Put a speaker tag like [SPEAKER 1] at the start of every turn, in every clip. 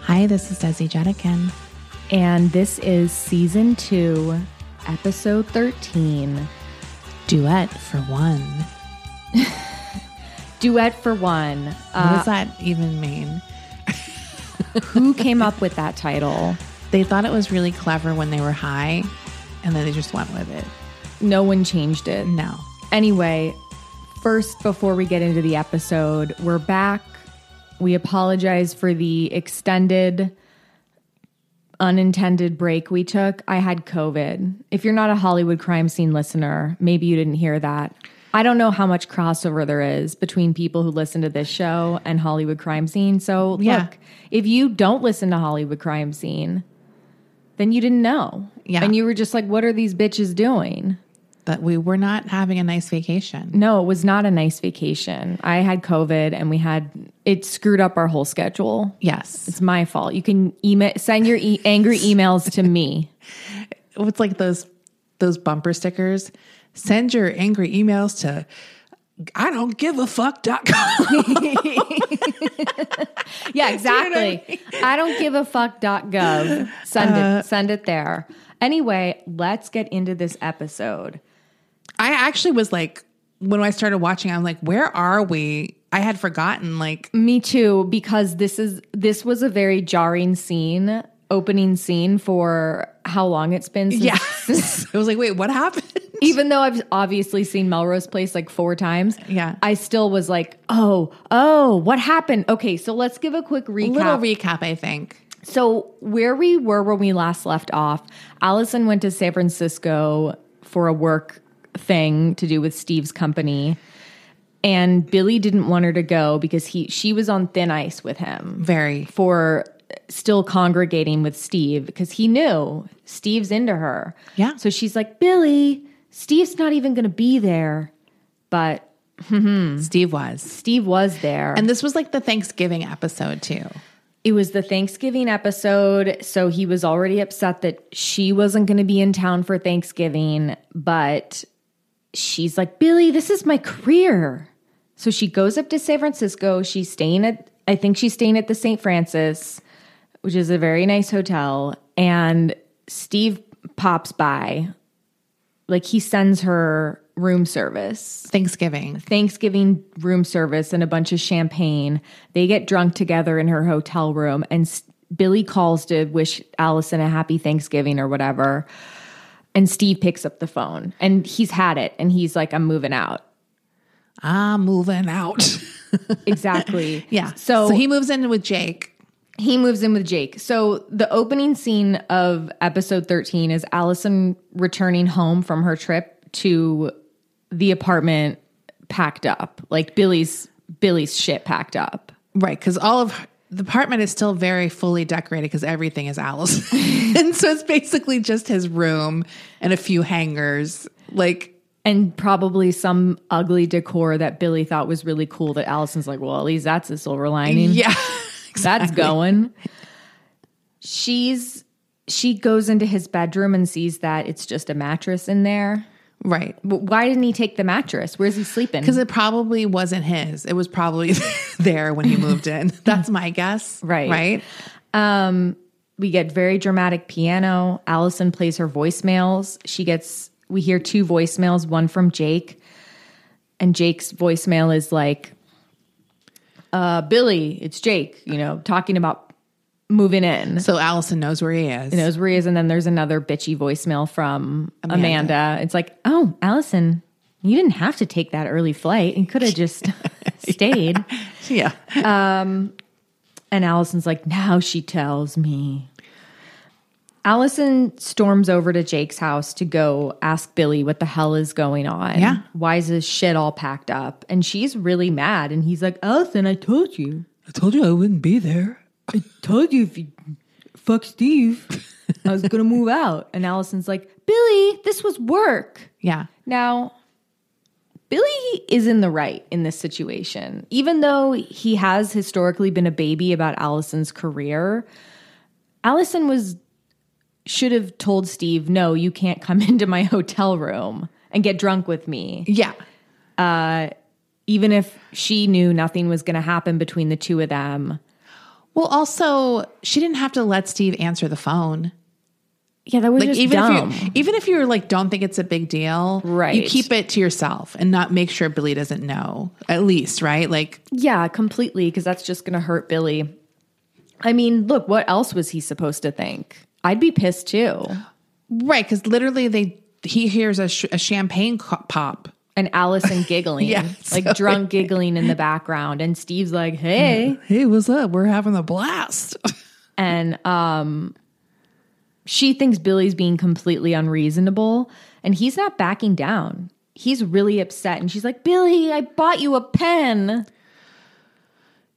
[SPEAKER 1] Hi, this is Desi Jetikin.
[SPEAKER 2] and this is season two, episode 13
[SPEAKER 1] Duet for one.
[SPEAKER 2] Duet for One.
[SPEAKER 1] what
[SPEAKER 2] Uh,
[SPEAKER 1] does that even mean?
[SPEAKER 2] who came up with that title?
[SPEAKER 1] They thought it was really clever when they were high, and then they just went with it.
[SPEAKER 2] No one changed it.
[SPEAKER 1] No.
[SPEAKER 2] Anyway, first, before we get into the episode, we're back. We apologize for the extended, unintended break we took. I had COVID. If you're not a Hollywood crime scene listener, maybe you didn't hear that. I don't know how much crossover there is between people who listen to this show and Hollywood crime scene. So,
[SPEAKER 1] Yeah.
[SPEAKER 2] look, if you don't listen to Hollywood crime scene, then you didn't know.
[SPEAKER 1] Yeah.
[SPEAKER 2] And you were just like, what are these bitches doing?
[SPEAKER 1] That we were not having a nice vacation.
[SPEAKER 2] No, it was not a nice vacation. I had COVID and we had it screwed up our whole schedule.
[SPEAKER 1] Yes.
[SPEAKER 2] It's my fault. You can email send your e- angry emails to me.
[SPEAKER 1] It's like those those bumper stickers. Send your angry emails to I don't give a fuck dot com.
[SPEAKER 2] Yeah, exactly. I don't give a fuck dot gov. Send it send it there. Anyway, let's get into this episode.
[SPEAKER 1] I actually was like, when I started watching, I'm like, where are we? I had forgotten. Like,
[SPEAKER 2] Me too because this is this was a very jarring scene, opening scene for how long it's been since
[SPEAKER 1] yeah, it was like, wait, what happened?
[SPEAKER 2] even though I've obviously seen Melrose Place like four times,
[SPEAKER 1] Yeah.
[SPEAKER 2] I still was like, oh, oh, what happened? Okay, so let's give a quick recap.
[SPEAKER 1] Little recap, I think.
[SPEAKER 2] so where we were when we last left off, Allison went to San Francisco for a work thing to do with Steve's company, and Billy didn't want her to go because he she was on thin ice with him
[SPEAKER 1] Very.
[SPEAKER 2] for still congregating with Steve because he knew Steve's into her.
[SPEAKER 1] Yeah.
[SPEAKER 2] So she's like, Billy, Steve's not even going to be there. But
[SPEAKER 1] Steve was.
[SPEAKER 2] Steve was there.
[SPEAKER 1] And this was like the Thanksgiving episode too.
[SPEAKER 2] it was the Thanksgiving episode. So he was already upset that she wasn't going to be in town for Thanksgiving. But she's like, Billy, this is my career. So she goes up to San Francisco. She's staying at, I think she's staying at the St. Francis, which is a very nice hotel. And Steve pops by. Like he sends her room service.
[SPEAKER 1] Thanksgiving.
[SPEAKER 2] Thanksgiving room service and a bunch of champagne. They get drunk together in her hotel room, and S- Billy calls to wish Allison a happy Thanksgiving or whatever. And Steve picks up the phone and he's had it and he's like, I'm moving out.
[SPEAKER 1] I'm moving out.
[SPEAKER 2] Exactly.
[SPEAKER 1] yeah.
[SPEAKER 2] So,
[SPEAKER 1] so
[SPEAKER 2] he,
[SPEAKER 1] he moves in with Jake.
[SPEAKER 2] he moves in with Jake. So the opening scene of episode 13 is Allison returning home from her trip to the apartment packed up, like Billy's Billy's shit packed up.
[SPEAKER 1] Right. Because all of the apartment is still very fully decorated because everything is Alice. and so it's basically just his room and a few hangers. Like,
[SPEAKER 2] and probably some ugly decor that Billy thought was really cool that Allison's like, well, at least that's a silver lining.
[SPEAKER 1] yeah.
[SPEAKER 2] That's going. She's she goes into his bedroom and sees that it's just a mattress in there.
[SPEAKER 1] right.
[SPEAKER 2] But why didn't he take the mattress? Where's he sleeping?
[SPEAKER 1] Because it probably wasn't his. It was probably there when he moved in. That's my guess.
[SPEAKER 2] Right.
[SPEAKER 1] Right.
[SPEAKER 2] Um, we get very dramatic piano. Allison plays her voicemails. She gets we hear two voicemails, one from Jake, and Jake's voicemail is like, uh, Billy, it's Jake, you know, talking about moving in.
[SPEAKER 1] So Allison knows where he is.
[SPEAKER 2] knows where he is, and then there's another bitchy voicemail from Amanda. It's like, oh, Allison, you didn't have to take that early flight. You could have just stayed.
[SPEAKER 1] Yeah.
[SPEAKER 2] And Allison's like, now she tells me. Allison storms over to Jake's house to go ask Billy what the hell is going on.
[SPEAKER 1] Yeah.
[SPEAKER 2] Why is his shit all packed up? And she's really mad. And he's like, Allison, I told you.
[SPEAKER 1] I told you I wouldn't be there.
[SPEAKER 2] Told you if you fuck Steve, I was going to move out. And Allison's like, Billy, this was work.
[SPEAKER 1] Yeah.
[SPEAKER 2] Now, Billy is in the right in this situation. Even though he has historically been a baby about Allison's career, Allison was should have told Steve, "No, you can't come into my hotel room and get drunk with me."
[SPEAKER 1] Yeah.
[SPEAKER 2] Even if she knew nothing was going to happen between the two of them.
[SPEAKER 1] Well, also, she didn't have to let Steve answer the phone.
[SPEAKER 2] Yeah, that was
[SPEAKER 1] Like
[SPEAKER 2] just
[SPEAKER 1] even
[SPEAKER 2] dumb.
[SPEAKER 1] if you even if you're like don't think it's a big deal, You
[SPEAKER 2] Right.
[SPEAKER 1] keep it to yourself and not make sure Billy doesn't know. At least, right? Like
[SPEAKER 2] yeah, completely because that's just going to hurt Billy. I mean, look, what else was he supposed to think? I'd be pissed too.
[SPEAKER 1] right? Because literally, they he hears a, sh- a champagne co- pop.
[SPEAKER 2] and Allison giggling,
[SPEAKER 1] Yeah,
[SPEAKER 2] like
[SPEAKER 1] so-
[SPEAKER 2] drunk giggling in the background. And Steve's like, hey.
[SPEAKER 1] Hey, what's up? We're having a blast.
[SPEAKER 2] And um, she thinks Billy's being completely unreasonable, and he's not backing down. He's really upset. And she's like, Billy, I bought you a pen.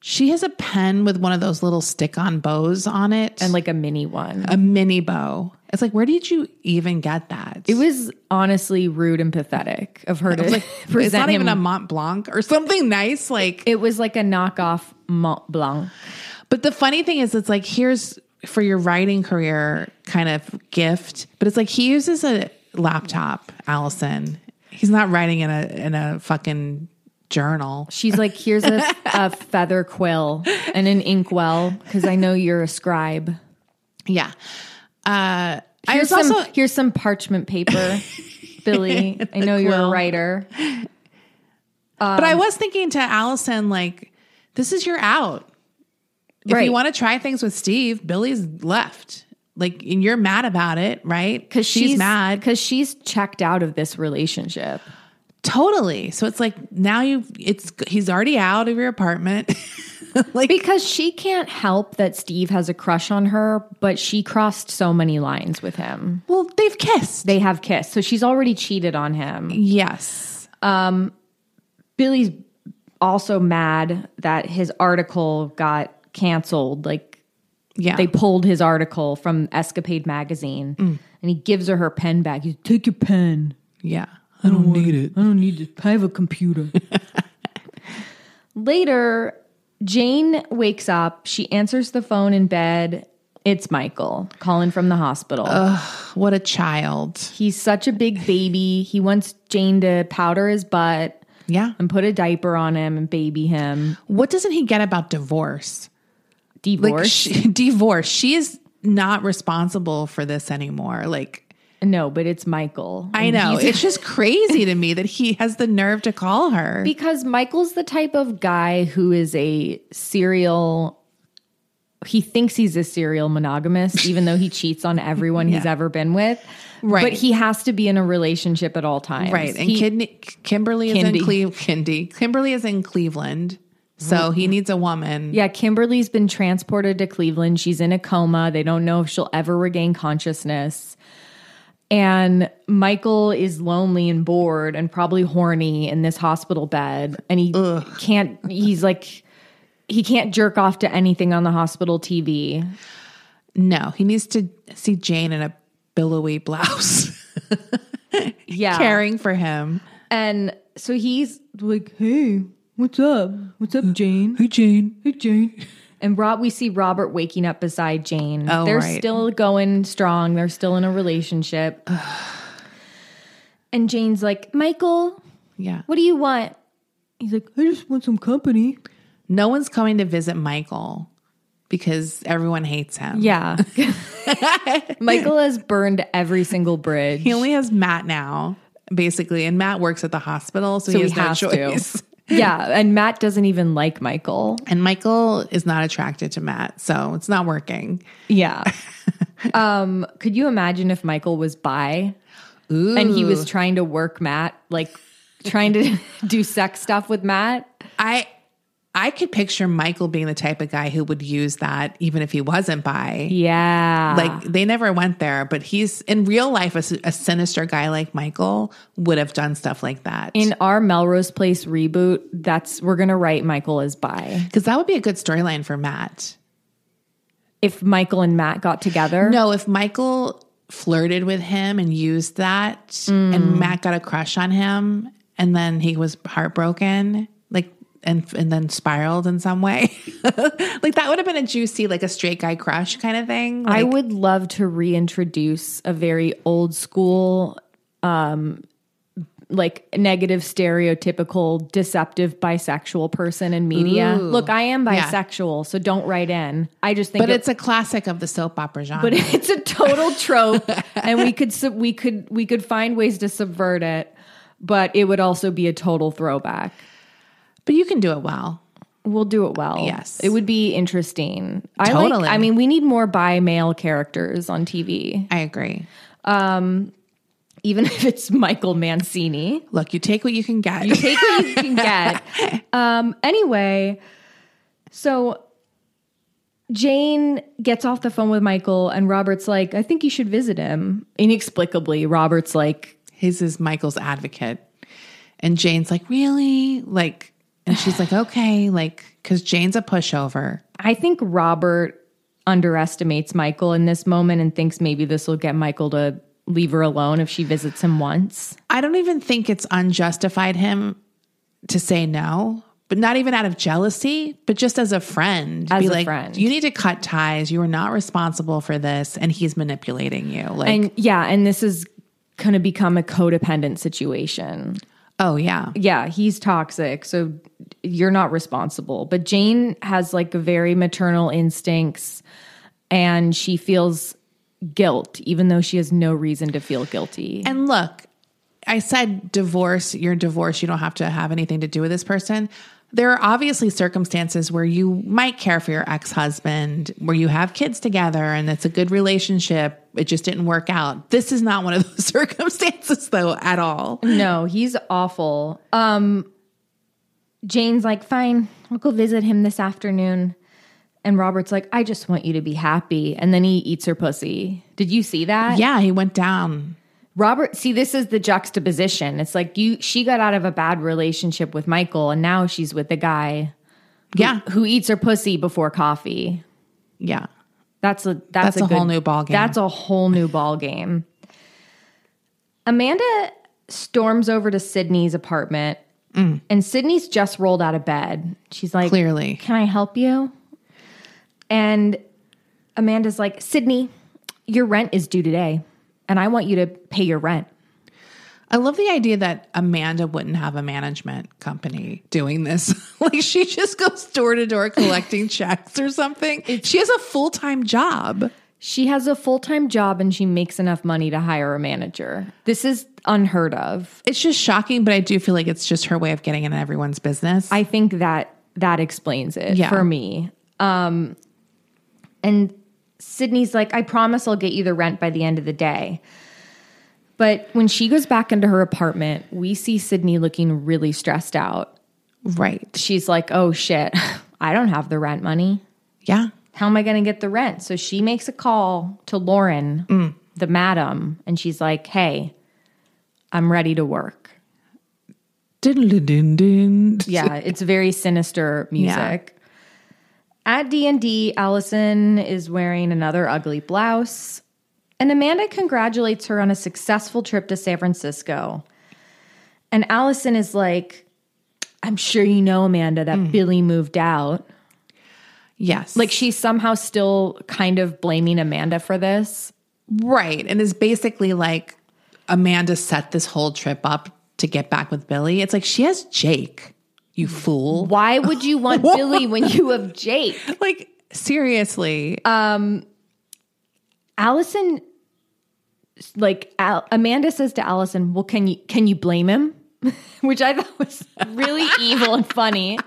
[SPEAKER 1] She has a pen with one of those little stick-on bows on it,
[SPEAKER 2] And like a mini one.
[SPEAKER 1] a mini bow. It's like, where did you even get that?
[SPEAKER 2] It was honestly rude and pathetic of her to
[SPEAKER 1] like
[SPEAKER 2] present
[SPEAKER 1] it's not
[SPEAKER 2] him.
[SPEAKER 1] even a Mont Blanc or something nice. Like,
[SPEAKER 2] it was like a knockoff Mont Blanc.
[SPEAKER 1] but the funny thing is, it's like here's for your writing career kind of gift, but it's like he uses a laptop, Allison. He's not writing in a in a fucking journal.
[SPEAKER 2] She's like, here's a, a feather quill and an inkwell, because I know you're a scribe.
[SPEAKER 1] Yeah. Uh, I
[SPEAKER 2] Here's
[SPEAKER 1] was
[SPEAKER 2] some,
[SPEAKER 1] also
[SPEAKER 2] here's some parchment paper, Billy. I know you're a
[SPEAKER 1] quill.
[SPEAKER 2] writer.
[SPEAKER 1] But I was thinking to Allison, like, this is your out. If
[SPEAKER 2] Right.
[SPEAKER 1] you want to try things with Steve, Billy's left. Like, and you're mad about it, right?
[SPEAKER 2] Because
[SPEAKER 1] she's, mad.
[SPEAKER 2] Because she's checked out of this relationship.
[SPEAKER 1] totally. So it's like now you, it's he's already out of your apartment. like,
[SPEAKER 2] Because she can't help that Steve has a crush on her, but she crossed so many lines with him.
[SPEAKER 1] well, they've kissed.
[SPEAKER 2] They have kissed. So she's already cheated on him.
[SPEAKER 1] yes,
[SPEAKER 2] Billy's also mad that his article got canceled. Like,
[SPEAKER 1] yeah.
[SPEAKER 2] they pulled his article from Escapade magazine
[SPEAKER 1] Mm.
[SPEAKER 2] and he gives her her pen back. He's take your pen.
[SPEAKER 1] yeah. I don't need it.
[SPEAKER 2] I don't need this. I have a computer. Later, Jane wakes up. She answers the phone in bed. It's Michael calling from the hospital.
[SPEAKER 1] What a child.
[SPEAKER 2] He's such a big baby. He wants Jane to powder his butt
[SPEAKER 1] Yeah.
[SPEAKER 2] and put a diaper on him and baby him.
[SPEAKER 1] What doesn't he get about divorce?
[SPEAKER 2] Divorce?
[SPEAKER 1] She, divorce. She is not responsible for this anymore. Like,
[SPEAKER 2] no, but it's Michael.
[SPEAKER 1] I know. It's just crazy to me that he has the nerve to call her.
[SPEAKER 2] Because Michael's the type of guy who is a serial. He thinks he's a serial monogamist, even though he cheats on everyone he's ever been with.
[SPEAKER 1] Right.
[SPEAKER 2] But he has to be in a relationship at all times.
[SPEAKER 1] Right. And
[SPEAKER 2] He-
[SPEAKER 1] Kidney, Kimberly is
[SPEAKER 2] Kindy.
[SPEAKER 1] in Cleve, Kindy. Kimberly is in Cleveland. So he needs a woman.
[SPEAKER 2] Mm-hmm. yeah, Kimberly's been transported to Cleveland. She's in a coma. They don't know if she'll ever regain consciousness. And Michael is lonely and bored and probably horny in this hospital bed. And he can't, he's like, he can't jerk off to anything on the hospital TV.
[SPEAKER 1] No, he needs to see Jane in a billowy blouse
[SPEAKER 2] yeah.
[SPEAKER 1] caring for him.
[SPEAKER 2] And so he's like, "Hey, what's up? What's up, Jane?"
[SPEAKER 1] Hey, Jane. Hey, Jane.
[SPEAKER 2] And Rob, we see Robert waking up beside Jane.
[SPEAKER 1] Oh,
[SPEAKER 2] They're
[SPEAKER 1] right.
[SPEAKER 2] still going strong. They're still in a relationship. and Jane's like, "Michael,
[SPEAKER 1] Yeah.
[SPEAKER 2] what do you want?" He's like, "I just want some company."
[SPEAKER 1] No one's coming to visit Michael. because everyone hates him.
[SPEAKER 2] Yeah. Michael has burned every single bridge.
[SPEAKER 1] He only has Matt now, basically, and Matt works at the hospital, so,
[SPEAKER 2] so
[SPEAKER 1] he
[SPEAKER 2] he
[SPEAKER 1] has no
[SPEAKER 2] has
[SPEAKER 1] choice.
[SPEAKER 2] to. Yeah, and Matt doesn't even like Michael.
[SPEAKER 1] And Michael is not attracted to Matt, so it's not working.
[SPEAKER 2] Yeah. um, could you imagine if Michael was bi
[SPEAKER 1] Ooh.
[SPEAKER 2] and he was trying to work Matt, like trying to do sex stuff with Matt?
[SPEAKER 1] I I could picture Michael being the type of guy who would use that even if he wasn't bi.
[SPEAKER 2] Yeah.
[SPEAKER 1] Like they never went there, but he's in real life a, s- a sinister guy like Michael would have done stuff like that.
[SPEAKER 2] in our Melrose Place reboot, that's we're gonna write Michael as bi.
[SPEAKER 1] Because that would be a good storyline for Matt.
[SPEAKER 2] If Michael and Matt got together.
[SPEAKER 1] No, if Michael flirted with him and used that,
[SPEAKER 2] Mm.
[SPEAKER 1] and Matt got a crush on him, and then he was heartbroken, like and and then spiraled in some way, like that would have been a juicy, like a straight guy crush kind of thing.
[SPEAKER 2] I
[SPEAKER 1] Like,
[SPEAKER 2] would love to reintroduce a very old school, um, like negative, stereotypical, deceptive bisexual person in media. Look, I am
[SPEAKER 1] Yeah.
[SPEAKER 2] bisexual, so don't write in. I just think,
[SPEAKER 1] but
[SPEAKER 2] it-
[SPEAKER 1] it's a classic of the soap opera genre.
[SPEAKER 2] but it's a total trope, and we could sub- we could we could find ways to subvert it, but it would also be a total throwback.
[SPEAKER 1] but you can do it well.
[SPEAKER 2] We'll do it well.
[SPEAKER 1] Yes.
[SPEAKER 2] it would be interesting. I
[SPEAKER 1] Totally.
[SPEAKER 2] like, I mean, we need more bi male characters on TV.
[SPEAKER 1] I agree.
[SPEAKER 2] even if it's Michael Mancini.
[SPEAKER 1] Look, you take what you can get.
[SPEAKER 2] Take what you can get. Um, anyway, so Jane gets off the phone with Michael, and Robert's like, I think you should visit him. Inexplicably, Robert's like,
[SPEAKER 1] His is Michael's advocate. And Jane's like, really? Like, and she's like, okay, like, because Jane's a pushover.
[SPEAKER 2] I think Robert underestimates Michael in this moment and thinks maybe this will get Michael to leave her alone if she visits him once.
[SPEAKER 1] I don't even think it's unjustified him to say no, but not even out of jealousy, but just as a friend.
[SPEAKER 2] As
[SPEAKER 1] be
[SPEAKER 2] a
[SPEAKER 1] like,
[SPEAKER 2] friend.
[SPEAKER 1] you need to cut ties. You are not responsible for this. And he's manipulating you. Like,
[SPEAKER 2] And yeah, and this is going to become a codependent situation.
[SPEAKER 1] oh, yeah.
[SPEAKER 2] yeah, he's toxic, so you're not responsible. But Jane has like very maternal instincts and she feels guilt, even though she has no reason to feel guilty.
[SPEAKER 1] And look, I said divorce, you're divorced, you don't have to have anything to do with this person. There are obviously circumstances where you might care for your ex husband, where you have kids together and it's a good relationship. It just didn't work out. This is not one of those circumstances, though, at all.
[SPEAKER 2] no, he's awful. Um Jane's like, fine, I'll go visit him this afternoon. And Robert's like, I just want you to be happy. And then he eats her pussy. Did you see that?
[SPEAKER 1] Yeah, he went down.
[SPEAKER 2] Robert, see, this is the juxtaposition. It's like you she got out of a bad relationship with Michael and now she's with the guy
[SPEAKER 1] Yeah,
[SPEAKER 2] who eats her pussy before coffee.
[SPEAKER 1] yeah.
[SPEAKER 2] That's a
[SPEAKER 1] That's
[SPEAKER 2] that's,
[SPEAKER 1] a whole
[SPEAKER 2] good-
[SPEAKER 1] new ballgame.
[SPEAKER 2] That's a whole new ball game. Amanda storms over to Sydney's apartment, and Sydney's just rolled out of bed. She's like,
[SPEAKER 1] Mm. Clearly.
[SPEAKER 2] can I help you?" And Amanda's like, "Sydney, your rent is due today, and I want you to pay your rent."
[SPEAKER 1] I love the idea that Amanda wouldn't have a management company doing this. like she just goes door to door collecting checks or something. She has a full time job.
[SPEAKER 2] She has a full time job and she makes enough money to hire a manager. This is unheard of.
[SPEAKER 1] It's just shocking, but I do feel like it's just her way of getting in everyone's business.
[SPEAKER 2] I think that that explains it
[SPEAKER 1] Yeah.
[SPEAKER 2] for me. Um, and Sydney's like, I promise I'll get you the rent by the end of the day. But when she goes back into her apartment, we see Sydney looking really stressed out.
[SPEAKER 1] right.
[SPEAKER 2] She's like, oh shit, I don't have the rent money.
[SPEAKER 1] Yeah.
[SPEAKER 2] How am I going to get the rent? So she makes a call to Lauren, the madam, and she's like, hey, I'm ready to work.
[SPEAKER 1] Dun-dun-dun-dun.
[SPEAKER 2] Yeah, it's very sinister music. At D&D, Allison is wearing another ugly blouse, and Amanda congratulates her on a successful trip to San Francisco. And Allison is like, I'm sure you know, Amanda, that Billy moved out.
[SPEAKER 1] Yes.
[SPEAKER 2] Like, she's somehow still kind of blaming Amanda for this.
[SPEAKER 1] right. And is basically like Amanda set this whole trip up to get back with Billy. It's like she has Jake, you fool.
[SPEAKER 2] Why would you want Billy when you have Jake?
[SPEAKER 1] Like Seriously.
[SPEAKER 2] Allison, like Al- Amanda says to Allison, "Well, can you can you blame him?" Which I thought was really evil and funny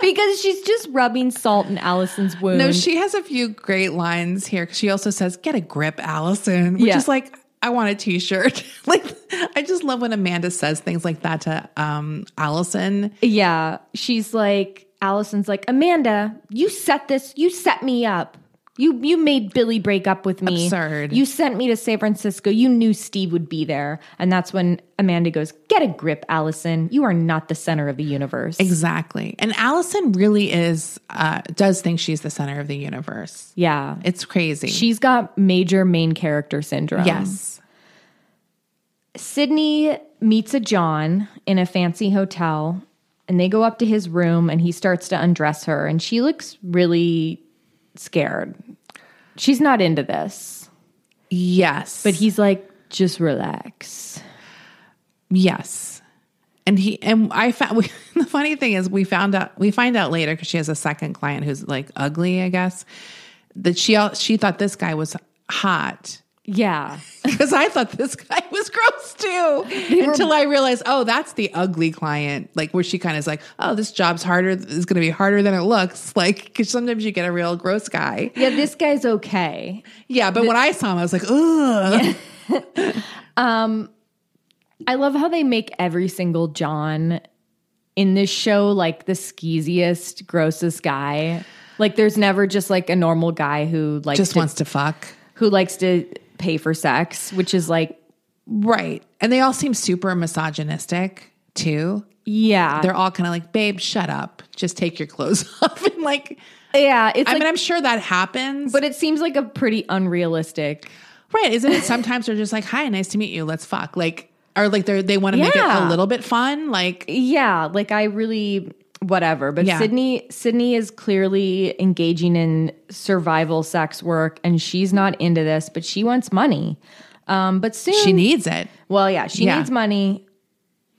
[SPEAKER 2] because she's just rubbing salt in Allison's wound.
[SPEAKER 1] no, she has a few great lines here. 'cause She also says, "Get a grip, Allison," which
[SPEAKER 2] Yeah.
[SPEAKER 1] is like, I want a T-shirt. like, I just love when Amanda says things like that to um, Allison.
[SPEAKER 2] yeah, she's like Allison's like Amanda, you set this, you set me up. You you made Billy break up with me.
[SPEAKER 1] Absurd.
[SPEAKER 2] You sent me to San Francisco. You knew Steve would be there, and that's when Amanda goes, "Get a grip, Allison. You are not the center of the universe."
[SPEAKER 1] Exactly. And Allison really is uh, does think she's the center of the universe.
[SPEAKER 2] Yeah,
[SPEAKER 1] It's crazy.
[SPEAKER 2] She's got major main character
[SPEAKER 1] um,
[SPEAKER 2] syndrome.
[SPEAKER 1] yes.
[SPEAKER 2] Sydney meets a John in a fancy hotel and they go up to his room and he starts to undress her and she looks really scared. She's not into this,
[SPEAKER 1] Yes.
[SPEAKER 2] but he's like, just relax.
[SPEAKER 1] Yes. And he and I found we, the funny thing is we found out we find out later because she has a second client who's like ugly, I guess. That she al- she thought this guy was hot
[SPEAKER 2] Yeah.
[SPEAKER 1] because I thought this guy was gross too until I realized oh that's the ugly client like where she kind of is like oh this job's harder is going to be harder than it looks like because sometimes you get a real gross guy
[SPEAKER 2] Yeah, this guy's okay.
[SPEAKER 1] yeah but when I saw him I was like ugh
[SPEAKER 2] I love how they make every single John in this show like the skeeziest, grossest guy. Like there's never just like a normal guy who like
[SPEAKER 1] just wants to fuck
[SPEAKER 2] who likes to pay for sex, which is like,
[SPEAKER 1] right and they all seem super misogynistic too
[SPEAKER 2] yeah,
[SPEAKER 1] they're all kind of like, babe, shut up. Just take your clothes off. And like,
[SPEAKER 2] yeah. It's
[SPEAKER 1] I
[SPEAKER 2] like,
[SPEAKER 1] mean, I'm sure that happens.
[SPEAKER 2] but it seems like a pretty unrealistic.
[SPEAKER 1] right. Isn't it? Sometimes they're just like, hi, nice to meet you. Let's fuck. Like, or like they're, they want to make it a
[SPEAKER 2] Yeah.
[SPEAKER 1] little bit fun. Like,
[SPEAKER 2] Yeah, like I really whatever. But
[SPEAKER 1] Yeah.
[SPEAKER 2] Sydney, Sydney is clearly engaging in survival sex work, and she's not into this, but she wants money. Um, but soon
[SPEAKER 1] she needs it.
[SPEAKER 2] Well, yeah, she
[SPEAKER 1] Yeah.
[SPEAKER 2] needs money.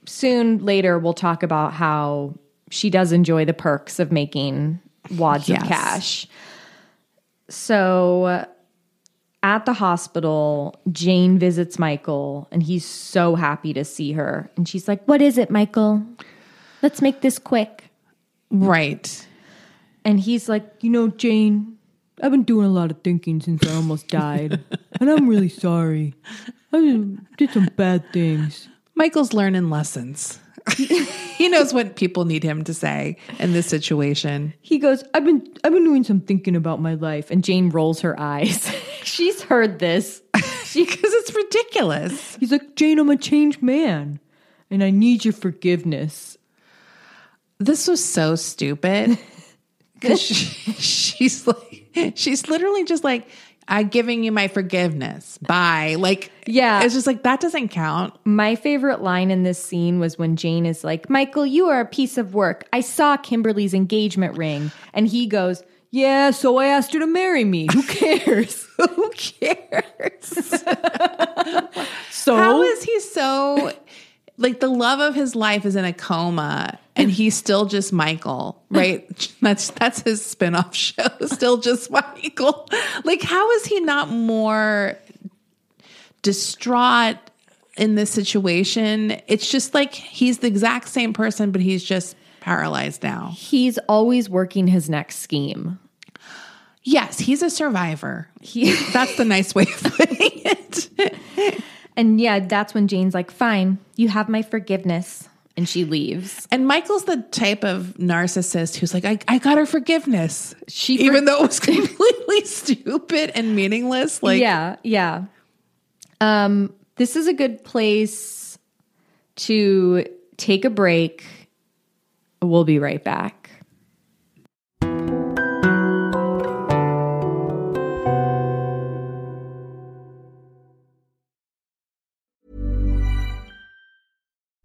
[SPEAKER 2] Soon later, we'll talk about how she does enjoy the perks of making wads
[SPEAKER 1] Yes.
[SPEAKER 2] of cash. So at the hospital, Jane visits Michael and he's so happy to see her. And she's like, What is it, Michael? Let's make this quick.
[SPEAKER 1] Right.
[SPEAKER 2] And he's like, You know, Jane, I've been doing a lot of thinking since I almost died.
[SPEAKER 3] and I'm really sorry. I did some bad things.
[SPEAKER 1] Michael's learning lessons. he knows what people need him to say in this situation.
[SPEAKER 2] he goes i've been i've been doing some thinking about my life and jane rolls her eyes she's heard this
[SPEAKER 1] Because it's ridiculous.
[SPEAKER 3] He's like, Jane, I'm a changed man, and I need your forgiveness.
[SPEAKER 1] This was so stupid. Because she's like, she's literally just like, I'm giving you my forgiveness. Bye. Like,
[SPEAKER 2] Yeah.
[SPEAKER 1] It's just like, that doesn't count.
[SPEAKER 2] my favorite line in this scene was when jane is like michael you are a piece of work i saw kimberly's engagement ring and he goes yeah so Oh, i asked her to marry me who cares
[SPEAKER 1] Who cares?
[SPEAKER 2] so
[SPEAKER 1] How is he so, like, the love of his life is in a coma and he's still just Michael, right? That's, that's his spinoff show, still just Michael. Like, how is he not more distraught in this situation. It's just like he's the exact same person, but he's just paralyzed now.
[SPEAKER 2] he's always working his next scheme
[SPEAKER 1] Yes, he's a survivor. That's the nice way of putting it.
[SPEAKER 2] and yeah that's when jane's like fine you have my forgiveness and she leaves
[SPEAKER 1] And Michael's the type of narcissist who's like, I, I got her forgiveness.
[SPEAKER 2] She
[SPEAKER 1] even though it was completely stupid and meaningless. Like
[SPEAKER 2] yeah, yeah. Um, this is a good place to take a break. We'll be right back.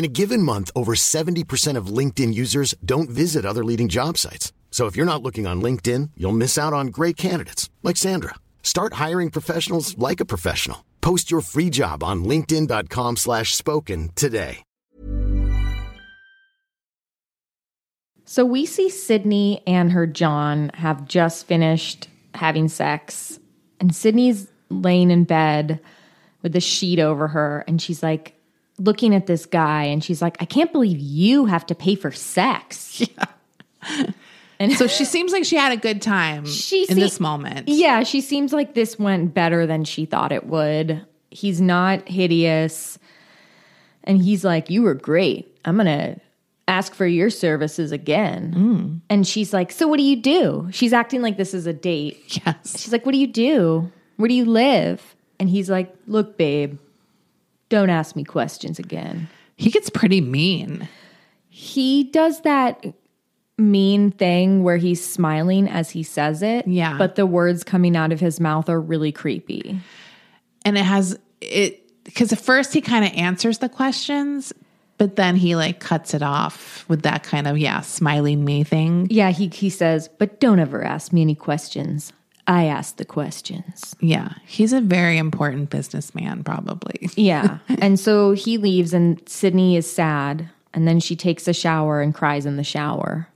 [SPEAKER 4] In a given month, over 70% of LinkedIn users don't visit other leading job sites. So if you're not looking on LinkedIn, you'll miss out on great candidates like Sandra. Start hiring professionals like a professional. Post your free job on linkedin.com/spoken slash spoken today.
[SPEAKER 2] So we see Sydney and her John have just finished having sex, and Sydney's laying in bed with the sheet over her, and she's like looking at this guy, and she's like, I can't believe you have to pay for sex.
[SPEAKER 1] So she seems like she had a good time
[SPEAKER 2] She se-
[SPEAKER 1] in this moment.
[SPEAKER 2] Yeah, she seems like this went better than she thought it would. He's not hideous. And he's like, You were great. I'm going to ask for your services again. And she's like, So what do you do? She's acting like this is a date.
[SPEAKER 1] Yes.
[SPEAKER 2] She's like, What do you do? Where do you live? And he's like, Look, babe, don't ask me questions again.
[SPEAKER 1] He gets pretty mean.
[SPEAKER 2] He does that mean thing where he's smiling as he says it.
[SPEAKER 1] Yeah.
[SPEAKER 2] But the words coming out of his mouth are really creepy.
[SPEAKER 1] And it has it because at first he kind of answers the questions, but then he like cuts it off with that kind of, yeah, smiling me thing.
[SPEAKER 2] Yeah, he, he says, but don't ever ask me any questions. I ask the questions.
[SPEAKER 1] Yeah. He's a very important businessman, probably.
[SPEAKER 2] Yeah. and so he leaves, and Sydney is sad. And then she takes a shower and cries in the shower.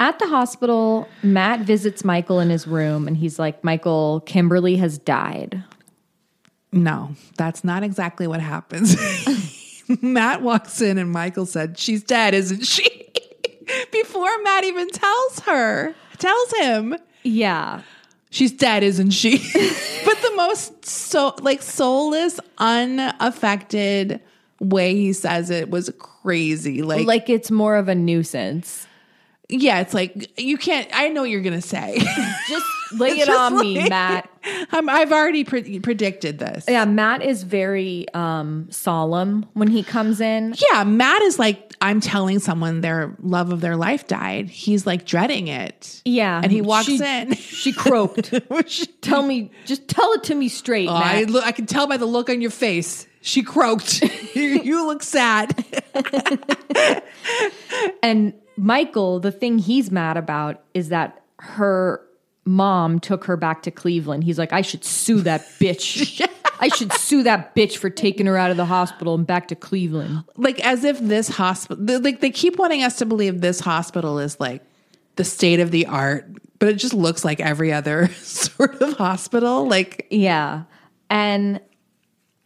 [SPEAKER 2] At the hospital, Matt visits Michael in his room, and he's like, Michael, Kimberly has died.
[SPEAKER 1] No, that's not exactly what happens. Matt walks in and Michael said, She's dead, isn't she? Before Matt even tells her, tells him,
[SPEAKER 2] Yeah.
[SPEAKER 1] She's dead, isn't she? but the most so like soulless, unaffected way he says it was crazy. Like,
[SPEAKER 2] Like it's more of a nuisance.
[SPEAKER 1] yeah, it's like you can't. I know what you're gonna say.
[SPEAKER 2] Just lay
[SPEAKER 1] It's
[SPEAKER 2] it
[SPEAKER 1] just
[SPEAKER 2] on me,
[SPEAKER 1] like-
[SPEAKER 2] Matt.
[SPEAKER 1] um, I've already pre- predicted this.
[SPEAKER 2] Yeah, Matt is very um, solemn when he comes in.
[SPEAKER 1] Yeah, Matt is like, I'm telling someone their love of their life died. He's like dreading it.
[SPEAKER 2] Yeah.
[SPEAKER 1] And he walks
[SPEAKER 2] She-
[SPEAKER 1] in.
[SPEAKER 2] She croaked. tell me, just tell it to me straight,
[SPEAKER 1] I,
[SPEAKER 2] Matt.
[SPEAKER 1] look, I can tell by the look on your face. She croaked. you you look sad.
[SPEAKER 2] and Michael, the thing he's mad about is that her mom took her back to Cleveland. He's like, I should sue that bitch. I should sue that bitch for taking her out of the hospital and back to Cleveland.
[SPEAKER 1] Like, as if this hospital, they- like, they keep wanting us to believe this hospital is like the state of the art, but it just looks like every other sort of hospital. Like,
[SPEAKER 2] Yeah. And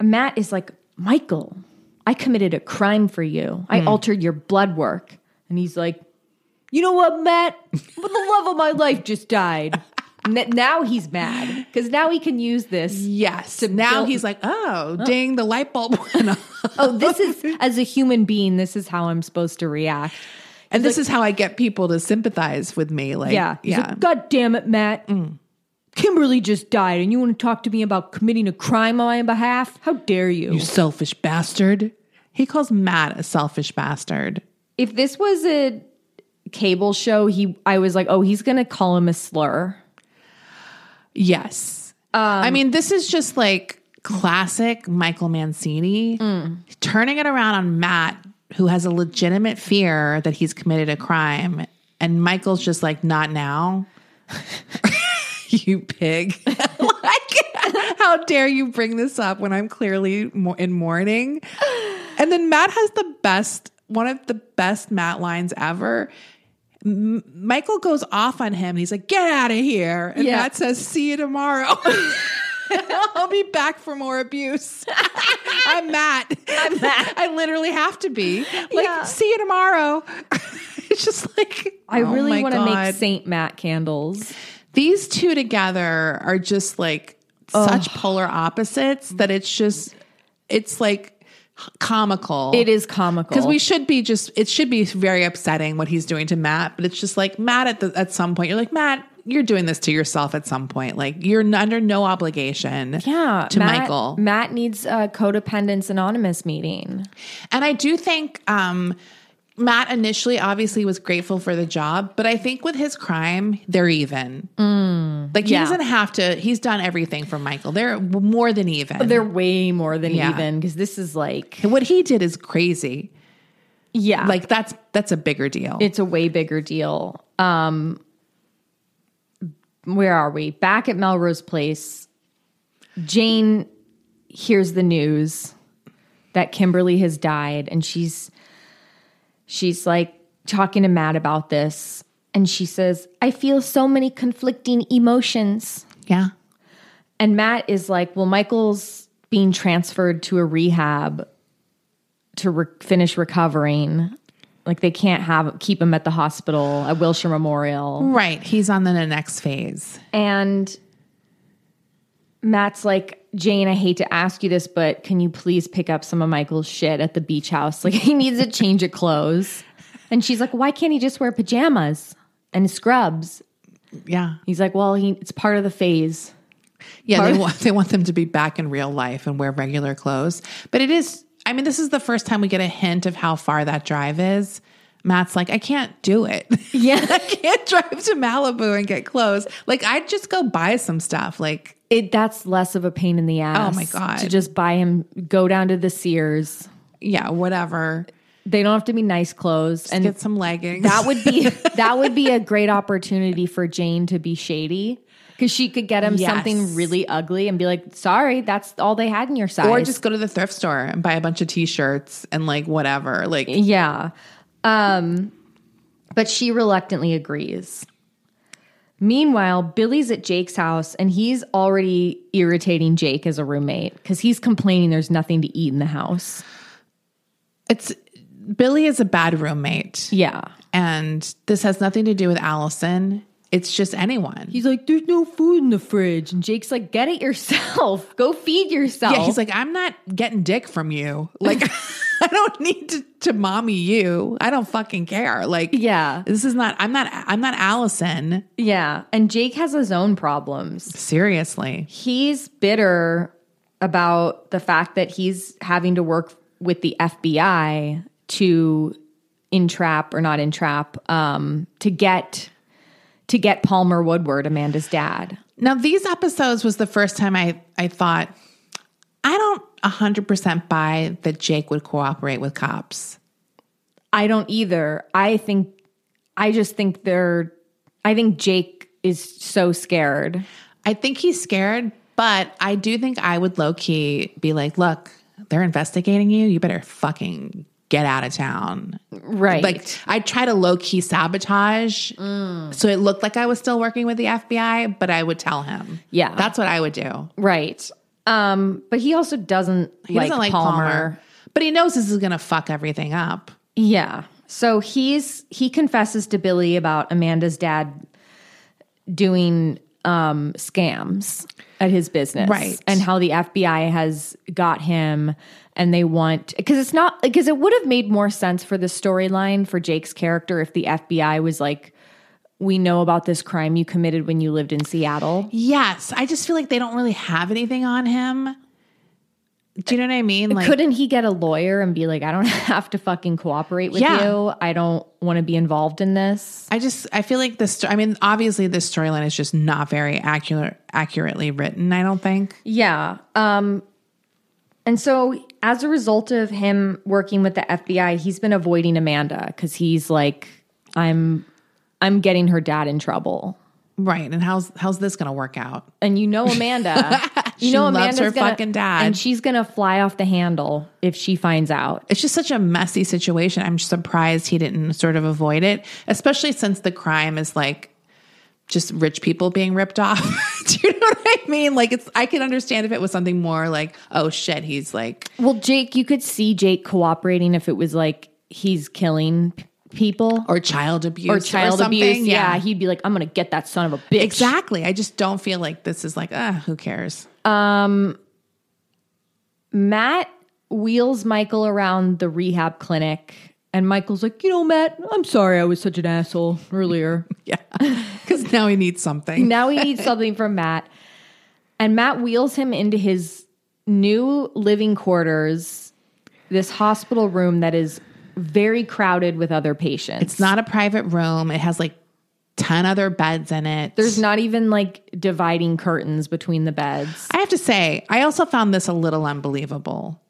[SPEAKER 2] Matt is like, Michael, I committed a crime for you. I altered your blood work. And he's like, You know what, Matt? But the love of my life just died. N- now he's mad because now he can use this.
[SPEAKER 1] yes. Now
[SPEAKER 2] guilt-
[SPEAKER 1] he's like, oh, dang, the light bulb went off.
[SPEAKER 2] Oh, this is, as a human being, this is how I'm supposed to react.
[SPEAKER 1] And this is how I get people to sympathize with me. Like,
[SPEAKER 2] Yeah. Mm. He's
[SPEAKER 1] yeah.
[SPEAKER 2] like, God damn it, Matt. Kimberly just died, and you want to talk to me about committing a crime on my behalf? How dare you?
[SPEAKER 1] selfish bastard. He calls Matt a selfish bastard.
[SPEAKER 2] if this was a cable show, he I was like, oh, he's gonna call him a slur.
[SPEAKER 1] Yes. I mean, this is just like classic Michael Mancini turning it around on Matt, who has a legitimate fear that he's committed a crime. And Michael's just like, not now. you pig. like, how dare you bring this up when I'm clearly mo- in mourning? And then Matt has the best, one of the best Matt lines ever. M- Michael goes off on him and he's like, get out of here. And
[SPEAKER 2] Yeah.
[SPEAKER 1] Matt says, see you tomorrow. I'll be back for more abuse. I'm Matt. I'm Matt. I literally have to be. Like,
[SPEAKER 2] Yeah.
[SPEAKER 1] see you tomorrow. it's just like,
[SPEAKER 2] I
[SPEAKER 1] oh
[SPEAKER 2] really
[SPEAKER 1] my
[SPEAKER 2] want to make
[SPEAKER 1] God.
[SPEAKER 2] Saint Matt candles.
[SPEAKER 1] These two together are just like such polar opposites that it's just, it's like comical.
[SPEAKER 2] It is comical.
[SPEAKER 1] because we should be just. It should be very upsetting what he's doing to Matt, but it's just like Matt at the, at some point you're like Matt, you're doing this to yourself at some point. Like you're n- under no obligation.
[SPEAKER 2] yeah,
[SPEAKER 1] to
[SPEAKER 2] Matt-
[SPEAKER 1] Michael.
[SPEAKER 2] Matt needs a codependence anonymous meeting.
[SPEAKER 1] And I do think um, Matt initially obviously was grateful for the job, but I think with his crime, they're even. like he
[SPEAKER 2] Mm, yeah.
[SPEAKER 1] doesn't have to. He's done everything for Michael. They're more than even.
[SPEAKER 2] They're way more than
[SPEAKER 1] Yeah.
[SPEAKER 2] even because this is like
[SPEAKER 1] what he did is crazy.
[SPEAKER 2] yeah,
[SPEAKER 1] Like that's that's a bigger deal.
[SPEAKER 2] it's a way bigger deal. Um, where are we? Back at Melrose Place, Jane hears the news that Kimberly has died, and she's she's like talking to Matt about this, and she says, "I feel so many conflicting emotions."
[SPEAKER 1] yeah.
[SPEAKER 2] And Matt is like, "Well, Michael's being transferred to a rehab to re- finish recovering. Like they can't have keep him at the hospital at Wilshire Memorial."
[SPEAKER 1] Right. He's on the next phase.
[SPEAKER 2] And Matt's like, "Jane, I hate to ask you this, but can you please pick up some of Michael's shit at the beach house? Like he needs a change of clothes." And she's like, "Why can't he just wear pajamas and scrubs?"
[SPEAKER 1] Yeah.
[SPEAKER 2] He's like, "Well, he it's part of the phase."
[SPEAKER 1] Yeah, they want, they want them to be back in real life and wear regular clothes. But it is, I mean, this is the first time we get a hint of how far that drive is. Matt's like, I can't do it.
[SPEAKER 2] Yeah.
[SPEAKER 1] I can't drive to Malibu and get clothes. Like, I'd just go buy some stuff. Like,
[SPEAKER 2] it that's less of a pain in the ass.
[SPEAKER 1] my God.
[SPEAKER 2] To just buy him, go down to the Sears.
[SPEAKER 1] yeah, whatever.
[SPEAKER 2] They don't have to be nice clothes, and
[SPEAKER 1] Get some leggings.
[SPEAKER 2] that would be that would be a great opportunity for Jane to be shady because she could get him
[SPEAKER 1] Yes.
[SPEAKER 2] something really ugly and be like, "Sorry, that's all they had in your size."
[SPEAKER 1] or just go to the thrift store and buy a bunch of t shirts and like whatever. Like,
[SPEAKER 2] Yeah. Um, but she reluctantly agrees. Meanwhile, Billy's at Jake's house and he's already irritating Jake as a roommate because he's complaining there's nothing to eat in the house.
[SPEAKER 1] it's Billy is a bad roommate.
[SPEAKER 2] Yeah.
[SPEAKER 1] And this has nothing to do with Allison. It's just anyone.
[SPEAKER 3] He's like, there's no food in the fridge.
[SPEAKER 2] And Jake's like, get it yourself. Go feed yourself.
[SPEAKER 1] Yeah, he's like, I'm not getting dick from you. Like, I don't need to, to mommy you. I don't fucking care. Like,
[SPEAKER 2] Yeah.
[SPEAKER 1] this is not. I'm not. I'm not Allison.
[SPEAKER 2] yeah. And Jake has his own problems.
[SPEAKER 1] Seriously.
[SPEAKER 2] he's bitter about the fact that he's having to work with the FBI to entrap or not entrap um, to get to get Palmer Woodward, Amanda's dad.
[SPEAKER 1] Now, these episodes was the first time I I thought I don't hundred percent buy that Jake would cooperate with cops.
[SPEAKER 2] I don't either. I think I just think they're. I think Jake is so scared.
[SPEAKER 1] I think he's scared, but I do think I would low key be like, look, they're investigating you. You better fucking get out of town.
[SPEAKER 2] Right.
[SPEAKER 1] Like I try to low key sabotage, so it looked like I was still working with the FBI, but I would tell him.
[SPEAKER 2] Yeah.
[SPEAKER 1] that's what I would do.
[SPEAKER 2] right. Um, but he also doesn't,
[SPEAKER 1] He
[SPEAKER 2] like,
[SPEAKER 1] doesn't like Palmer. but he knows this is gonna fuck everything up.
[SPEAKER 2] Yeah. So he's he confesses to Billy about Amanda's dad doing um scams at his business.
[SPEAKER 1] Right.
[SPEAKER 2] And how the FBI has got him and they want because it's not because it would have made more sense for the storyline for Jake's character if the FBI was like we know about this crime you committed when you lived in Seattle.
[SPEAKER 1] Yes, I just feel like they don't really have anything on him. Do you know what I mean? Like,
[SPEAKER 2] Couldn't he get a lawyer and be like, I don't have to fucking cooperate with
[SPEAKER 1] Yeah.
[SPEAKER 2] you. I don't want to be involved in this.
[SPEAKER 1] I just I feel like this. I mean, obviously, this storyline is just not very accurate, accurately written. I don't think.
[SPEAKER 2] Yeah. Um, and so, as a result of him working with the FBI, he's been avoiding Amanda because he's like, "I'm, I'm getting her dad in trouble."
[SPEAKER 1] Right, and how's how's this gonna work out?
[SPEAKER 2] And you know Amanda, you
[SPEAKER 1] She
[SPEAKER 2] know
[SPEAKER 1] loves
[SPEAKER 2] Amanda's
[SPEAKER 1] her
[SPEAKER 2] gonna-
[SPEAKER 1] fucking dad.
[SPEAKER 2] and she's gonna fly off the handle if she finds out.
[SPEAKER 1] it's just such a messy situation. I'm surprised he didn't sort of avoid it, especially since the crime is like just rich people being ripped off. Do you know what I mean? Like it's I can understand if it was something more like, oh shit, he's like
[SPEAKER 2] Well, Jake, you could see Jake cooperating if it was like he's killing p- people
[SPEAKER 1] or child abuse
[SPEAKER 2] or child
[SPEAKER 1] something.
[SPEAKER 2] abuse. Yeah. he'd be like, "I'm gonna get that son of a bitch."
[SPEAKER 1] Exactly. I just don't feel like this is like, ah, who cares?
[SPEAKER 2] Matt wheels Michael around the rehab clinic. And Michael's like, you know, Matt,
[SPEAKER 3] I'm sorry I was such an asshole earlier.
[SPEAKER 1] Yeah. Because now he needs something.
[SPEAKER 2] now he needs something from Matt. And Matt wheels him into his new living quarters, this hospital room that is very crowded with other patients.
[SPEAKER 1] It's not a private room. It has like 10 other beds in it.
[SPEAKER 2] There's not even like dividing curtains between the beds.
[SPEAKER 1] I have to say, I also found this a little unbelievable.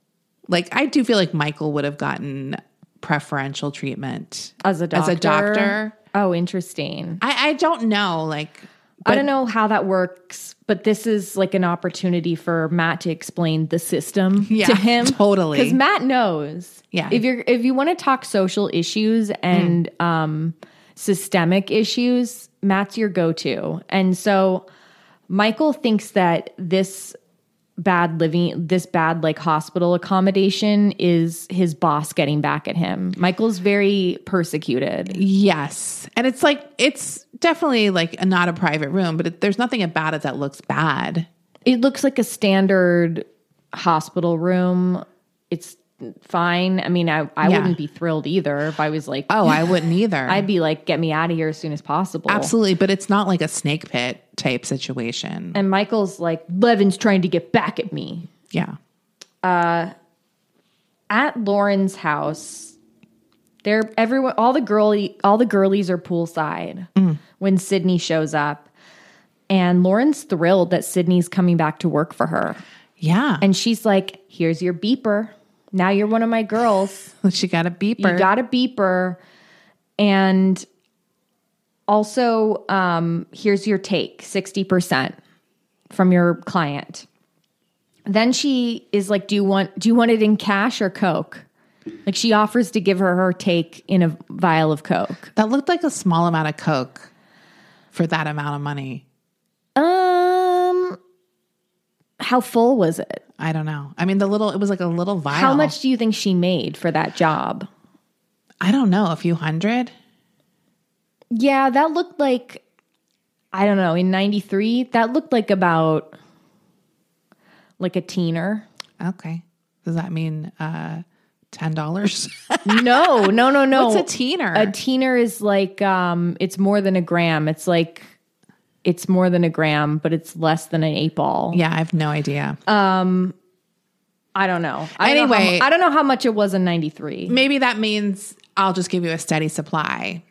[SPEAKER 1] Like, I do feel like Michael would have gotten preferential treatment
[SPEAKER 2] As a doctor.
[SPEAKER 1] As a doctor.
[SPEAKER 2] Oh, interesting.
[SPEAKER 1] I, I don't know. Like,
[SPEAKER 2] I don't know how that works, but this is like an opportunity for Matt to explain the system
[SPEAKER 1] Yeah,
[SPEAKER 2] to him.
[SPEAKER 1] totally.
[SPEAKER 2] Because Matt knows.
[SPEAKER 1] Yeah. Mm.
[SPEAKER 2] If you're if you want to talk social issues and um systemic issues, Matt's your go-to. And so Michael thinks that this bad living this bad like hospital accommodation is his boss getting back at him. Michael's very persecuted.
[SPEAKER 1] yes. And it's like, it's definitely like a, not a private room, but it, there's nothing about it that looks bad.
[SPEAKER 2] It looks like a standard hospital room. It's fine. I mean, I, I
[SPEAKER 1] Yeah.
[SPEAKER 2] wouldn't be thrilled either if I was like,
[SPEAKER 1] Oh, I wouldn't either.
[SPEAKER 2] I'd be like, get me out of here as soon as possible.
[SPEAKER 1] Absolutely. But it's not like a snake pit type situation.
[SPEAKER 2] And Michael's like, Levin's trying to get back at me.
[SPEAKER 1] yeah.
[SPEAKER 2] At Lauren's house, they're everyone all the girly all the girlies are poolside
[SPEAKER 1] Mm.
[SPEAKER 2] when Sydney shows up. And Lauren's thrilled that Sydney's coming back to work for her.
[SPEAKER 1] Yeah.
[SPEAKER 2] And she's like, Here's your beeper. Now you're one of my girls.
[SPEAKER 1] she got a beeper.
[SPEAKER 2] You got a beeper. And also, um, here's your take 60% from your client. Then she is like, Do you want do you want it in cash or Coke? Like she offers to give her her take in a vial of Coke.
[SPEAKER 1] That looked like a small amount of Coke for that amount of money.
[SPEAKER 2] Um how full was it?
[SPEAKER 1] I don't know. I mean, the little, it was like a little vial.
[SPEAKER 2] How much do you think she made for that job?
[SPEAKER 1] I don't know. A few hundred?
[SPEAKER 2] Yeah, that looked like I don't know, in 93, that looked like about like a teener.
[SPEAKER 1] Okay. Does that mean uh, $10?
[SPEAKER 2] No, no, no, no.
[SPEAKER 1] What's a teener?
[SPEAKER 2] A teener is like um it's more than a gram. It's like it's more than a gram, but it's less than an eight ball.
[SPEAKER 1] yeah, I have no idea.
[SPEAKER 2] I don't know. I don't know how
[SPEAKER 1] Anyway.
[SPEAKER 2] mu- I don't know how much it was in 93.
[SPEAKER 1] Maybe that means I'll just give you a steady supply.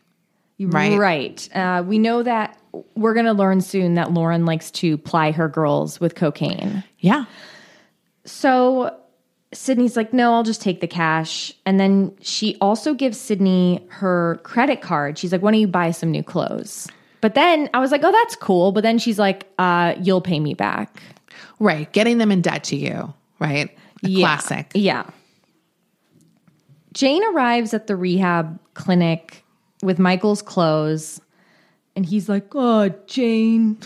[SPEAKER 1] Mm-hmm. Right.
[SPEAKER 2] Right. Uh, we know that we're going to learn soon that Lauren likes to ply her girls with cocaine.
[SPEAKER 1] Yeah.
[SPEAKER 2] So Sydney's like, no, I'll just take the cash. And then she also gives Sydney her credit card. She's like, why don't you buy some new clothes? But then I was like, oh, that's cool. But then she's like, uh, you'll pay me back.
[SPEAKER 1] Right. Getting them in debt to you. Right. A
[SPEAKER 2] Yeah.
[SPEAKER 1] Classic.
[SPEAKER 2] Yeah. Jane arrives at the rehab clinic with Michael's clothes. And he's like,
[SPEAKER 3] Oh, Jane.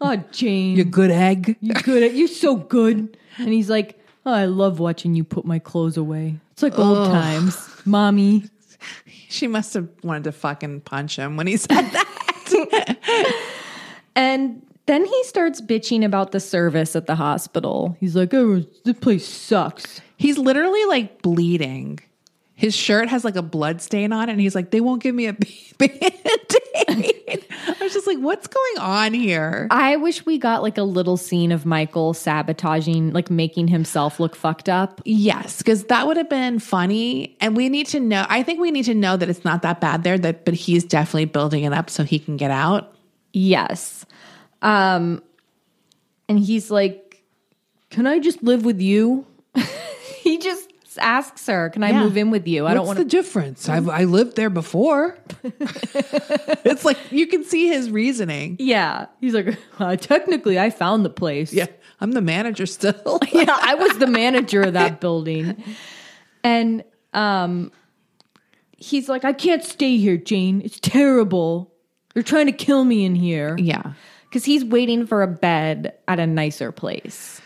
[SPEAKER 3] Oh, Jane. You good egg. You good egg. You're so good. And he's like, oh, I love watching you put my clothes away. It's like old times. Mommy.
[SPEAKER 1] She must have wanted to fucking punch him when he said that.
[SPEAKER 2] and then he starts bitching about the service at the hospital.
[SPEAKER 3] He's like, oh, this place sucks.
[SPEAKER 1] He's literally like bleeding. His shirt has like a blood stain on it, and he's like, they won't give me a band-aid. I was just like, what's going on here?
[SPEAKER 2] I wish we got like a little scene of Michael sabotaging, like making himself look fucked up.
[SPEAKER 1] Yes, because that would have been funny. And we need to know, I think we need to know that it's not that bad there, that but he's definitely building it up so he can get out.
[SPEAKER 2] Yes. Um and he's like,
[SPEAKER 3] Can I just live with you?
[SPEAKER 2] he just asks her, "Can I
[SPEAKER 1] Yeah.
[SPEAKER 2] move in with you?" I don't want to
[SPEAKER 1] difference? I've I lived there before. it's like you can see his reasoning.
[SPEAKER 2] Yeah.
[SPEAKER 3] He's like, uh, technically, I found the place.
[SPEAKER 1] Yeah. I'm the manager still.
[SPEAKER 2] Yeah, I was the manager of that building. And um he's like,
[SPEAKER 3] I can't stay here, Jane. It's terrible. They're trying to kill me in here.
[SPEAKER 1] yeah.
[SPEAKER 2] cuz he's waiting for a bed at a nicer place.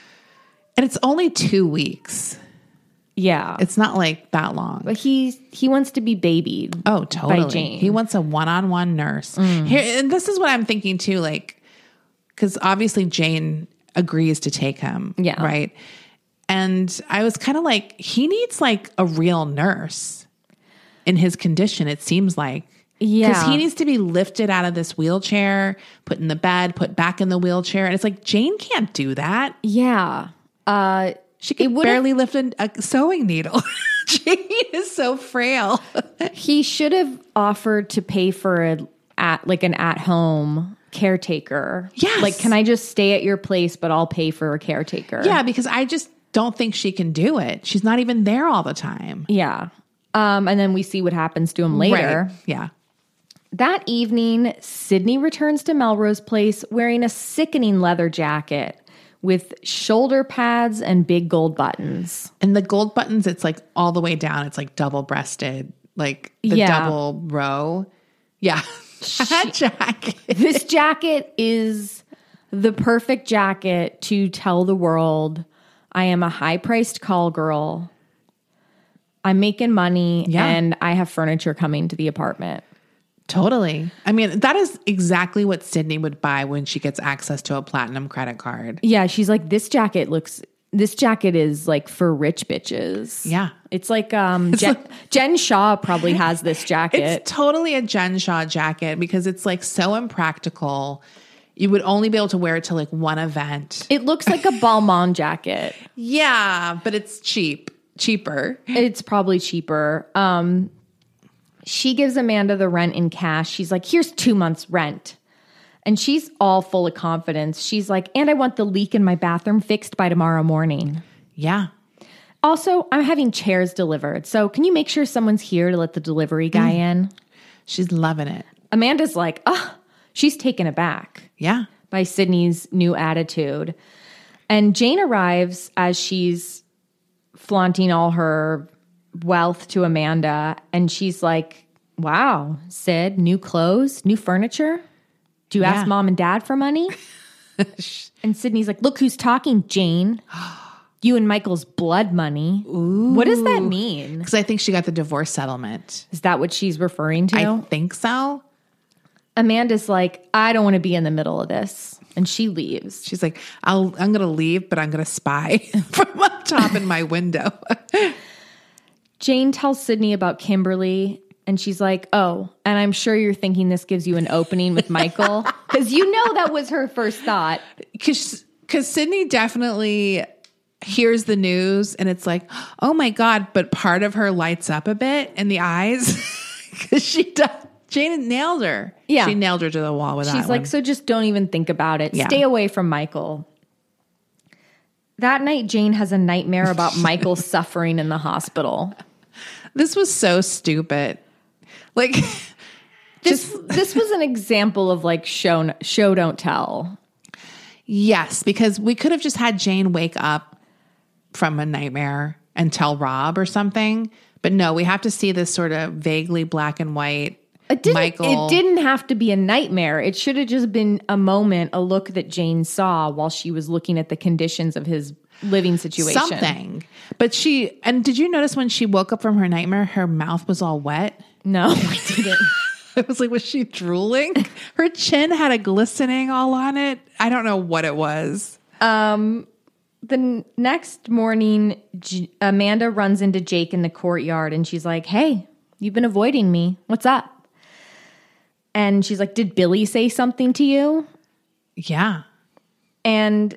[SPEAKER 1] And it's only two weeks.
[SPEAKER 2] Yeah.
[SPEAKER 1] It's not like that long.
[SPEAKER 2] but he he wants to be babied.
[SPEAKER 1] Oh, totally.
[SPEAKER 2] Jane. Mm.
[SPEAKER 1] He wants a one-on-one nurse. Here, and this is what I'm thinking too, like because obviously Jane agrees to take him,
[SPEAKER 2] Yeah.
[SPEAKER 1] right. And I was kind of like, he needs like a real nurse in his condition, it seems like. Because
[SPEAKER 2] Yeah.
[SPEAKER 1] he needs to be lifted out of this wheelchair, put in the bed, put back in the wheelchair. And it's like, Jane can't do that.
[SPEAKER 2] Yeah. Uh,
[SPEAKER 1] She can
[SPEAKER 2] would've-
[SPEAKER 1] barely lift an, a sewing needle. Jane is so frail.
[SPEAKER 2] he should have offered to pay for a at like an at home caretaker.
[SPEAKER 1] Yes.
[SPEAKER 2] Like, can I just stay at your place, but I'll pay for a caretaker?
[SPEAKER 1] Yeah, because I just don't think she can do it. She's not even there all the time.
[SPEAKER 2] Yeah. Um, and then we see what happens to him later.
[SPEAKER 1] Right. Yeah.
[SPEAKER 2] That evening, Sydney returns to Melrose Place wearing a sickening leather jacket with shoulder pads and big gold buttons.
[SPEAKER 1] And the gold buttons, it's like all the way down. It's like double breasted, like the
[SPEAKER 2] Yeah.
[SPEAKER 1] double row. Yeah. That jacket.
[SPEAKER 2] This jacket is the perfect jacket to tell the world I am a high priced call girl. I'm making money
[SPEAKER 1] Yeah.
[SPEAKER 2] and I have furniture coming to the apartment.
[SPEAKER 1] Totally. I mean, that is exactly what Sydney would buy when she gets access to a platinum credit card.
[SPEAKER 2] Yeah, she's like, this jacket looks. This jacket is like for rich bitches.
[SPEAKER 1] Yeah.
[SPEAKER 2] It's like um Jen, Jen Shaw probably has this jacket.
[SPEAKER 1] It's totally a Jen Shaw jacket because it's like so impractical. You would only be able to wear it to like one event.
[SPEAKER 2] it looks like a Balmain jacket.
[SPEAKER 1] Yeah, but it's cheap, cheaper.
[SPEAKER 2] It's probably cheaper. Um she gives Amanda the rent in cash. She's like, "Here's 2 months rent." And she's all full of confidence. She's like, "And I want the leak in my bathroom fixed by tomorrow morning."
[SPEAKER 1] Yeah.
[SPEAKER 2] Also, I'm having chairs delivered. So, can you make sure someone's here to let the delivery guy in?
[SPEAKER 1] She's loving it.
[SPEAKER 2] Amanda's like, "Oh, she's taken aback."
[SPEAKER 1] Yeah.
[SPEAKER 2] by Sydney's new attitude. And Jane arrives as she's flaunting all her wealth to Amanda. And she's like, Wow, Sid, new clothes, new furniture? Do you
[SPEAKER 1] Yeah.
[SPEAKER 2] ask mom and dad for money? and Sydney's like, Look who's talking, Jane. You and Michael's blood money. What does that mean?
[SPEAKER 1] Because I think she got the divorce settlement.
[SPEAKER 2] Is that what she's referring to?
[SPEAKER 1] I think so.
[SPEAKER 2] Amanda's like, I don't want to be in the middle of this. And she leaves.
[SPEAKER 1] She's like, I'll, I'm going to leave, but I'm going to spy from up top in my window.
[SPEAKER 2] Jane tells Sydney about Kimberly, and she's like, Oh, and I'm sure you're thinking this gives you an opening with Michael. Because you know that was her first thought.
[SPEAKER 1] Because Sydney definitely hears the news and it's like, oh my God. But part of her lights up a bit in the eyes because she does. Jane nailed her.
[SPEAKER 2] Yeah.
[SPEAKER 1] She nailed her to the wall with that.
[SPEAKER 2] She's like, So just don't even think about it.
[SPEAKER 1] Yeah.
[SPEAKER 2] Stay away from Michael. That night, Jane has a nightmare about Michael suffering in the hospital.
[SPEAKER 1] this was so stupid. Like,
[SPEAKER 2] This, this was an example of like show, show don't tell.
[SPEAKER 1] Yes, because we could have just had Jane wake up from a nightmare and tell Rob or something. But no, we have to see this sort of vaguely black and white.
[SPEAKER 2] It didn't,
[SPEAKER 1] Michael.
[SPEAKER 2] it didn't have to be a nightmare. It should have just been a moment, a look that Jane saw while she was looking at the conditions of his living situation.
[SPEAKER 1] Something. But she, and did you notice when she woke up from her nightmare, her mouth was all wet?
[SPEAKER 2] No, I didn't.
[SPEAKER 1] I was like, was she drooling? Her chin had a glistening all on it. I don't know what it was.
[SPEAKER 2] the n- next morning, J- Amanda runs into Jake in the courtyard and she's like, Hey, you've been avoiding me. What's up? And she's like, Did Billy say something to you?
[SPEAKER 1] Yeah.
[SPEAKER 2] And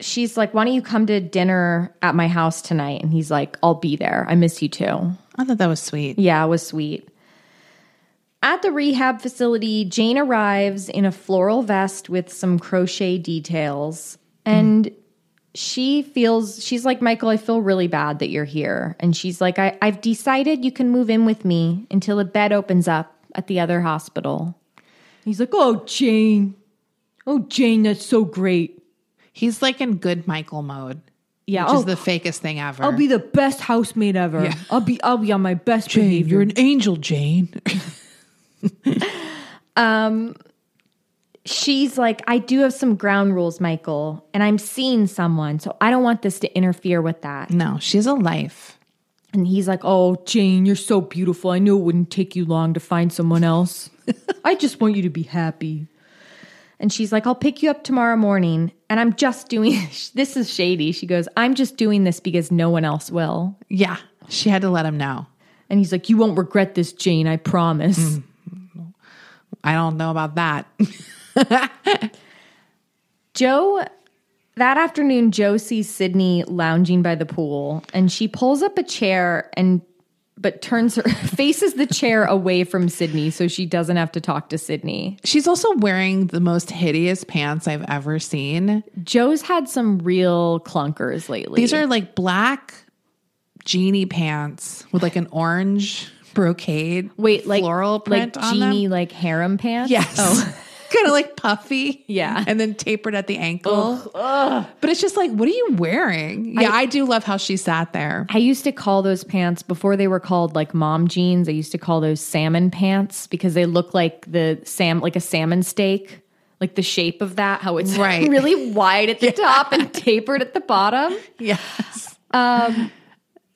[SPEAKER 2] she's like, Why don't you come to dinner at my house tonight? And he's like, I'll be there. I miss you too.
[SPEAKER 1] I thought that was sweet.
[SPEAKER 2] Yeah, it was sweet. At the rehab facility, Jane arrives in a floral vest with some crochet details. And she feels, she's like, Michael, I feel really bad that you're here. And she's like, I, I've decided you can move in with me until a bed opens up at the other hospital.
[SPEAKER 3] He's like, oh, Jane. Oh, Jane, that's so great.
[SPEAKER 1] He's like in good Michael mode,
[SPEAKER 2] Yeah.
[SPEAKER 1] which
[SPEAKER 2] Oh,
[SPEAKER 1] is the fakest thing ever.
[SPEAKER 3] I'll be the best housemaid ever. I'll be I'll be on my best behavior.
[SPEAKER 1] You're an angel, Jane.
[SPEAKER 2] she's like, I do have some ground rules, Michael, and I'm seeing someone. So I don't want this to interfere with that.
[SPEAKER 1] No, she has a life.
[SPEAKER 2] And he's like, Oh,
[SPEAKER 3] Oh, Jane, you're so beautiful. I knew it wouldn't take you long to find someone else. I just want you to be happy.
[SPEAKER 2] And she's like, I'll pick you up tomorrow morning. And I'm just doing this is shady. She goes, I'm just doing this because no one else will.
[SPEAKER 1] Yeah. She had to let him know.
[SPEAKER 2] And he's like, You won't regret this, Jane, I promise.
[SPEAKER 1] Mm. I don't know about that.
[SPEAKER 2] Joe, that afternoon, Joe sees Sydney lounging by the pool and she pulls up a chair and but turns her faces the chair away from Sydney so she doesn't have to talk to Sydney.
[SPEAKER 1] She's also wearing the most hideous pants I've ever seen.
[SPEAKER 2] Joe's had some real clunkers lately.
[SPEAKER 1] These are like black genie pants with like an orange brocade.
[SPEAKER 2] wait like
[SPEAKER 1] floral print
[SPEAKER 2] like
[SPEAKER 1] on them.
[SPEAKER 2] genie like harem pants.
[SPEAKER 1] Yes.
[SPEAKER 2] Oh,
[SPEAKER 1] kind of like puffy.
[SPEAKER 2] Yeah.
[SPEAKER 1] And then tapered at the ankle. But it's just like, what are you wearing? Yeah, I, do love how she sat there.
[SPEAKER 2] I used to call those pants before they were called like mom jeans. I used to call those salmon pants because they look like the sam like a salmon steak, like the shape of that, how it's
[SPEAKER 1] Right.
[SPEAKER 2] really wide at the top and tapered at the bottom.
[SPEAKER 1] Yes. Um,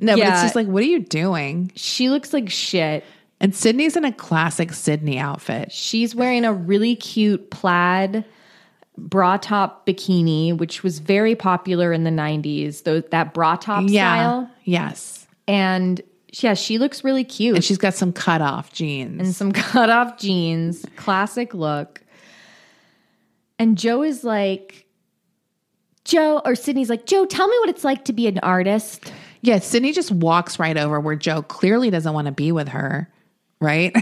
[SPEAKER 1] no, but
[SPEAKER 2] yeah.
[SPEAKER 1] it's just like, what are you doing?
[SPEAKER 2] She looks like shit.
[SPEAKER 1] And Sydney's in a classic Sydney outfit.
[SPEAKER 2] She's wearing a really cute plaid bra top bikini, which was very popular in the 90s, though that bra top style.
[SPEAKER 1] Yes.
[SPEAKER 2] And yeah, she looks really cute.
[SPEAKER 1] And she's got some cut off jeans.
[SPEAKER 2] and some cut off jeans, classic look. And Joe is like, Joe, or Sydney's like, Joe, tell me what it's like to be an artist.
[SPEAKER 1] yeah, Sydney just walks right over where Joe clearly doesn't want to be with her. Right?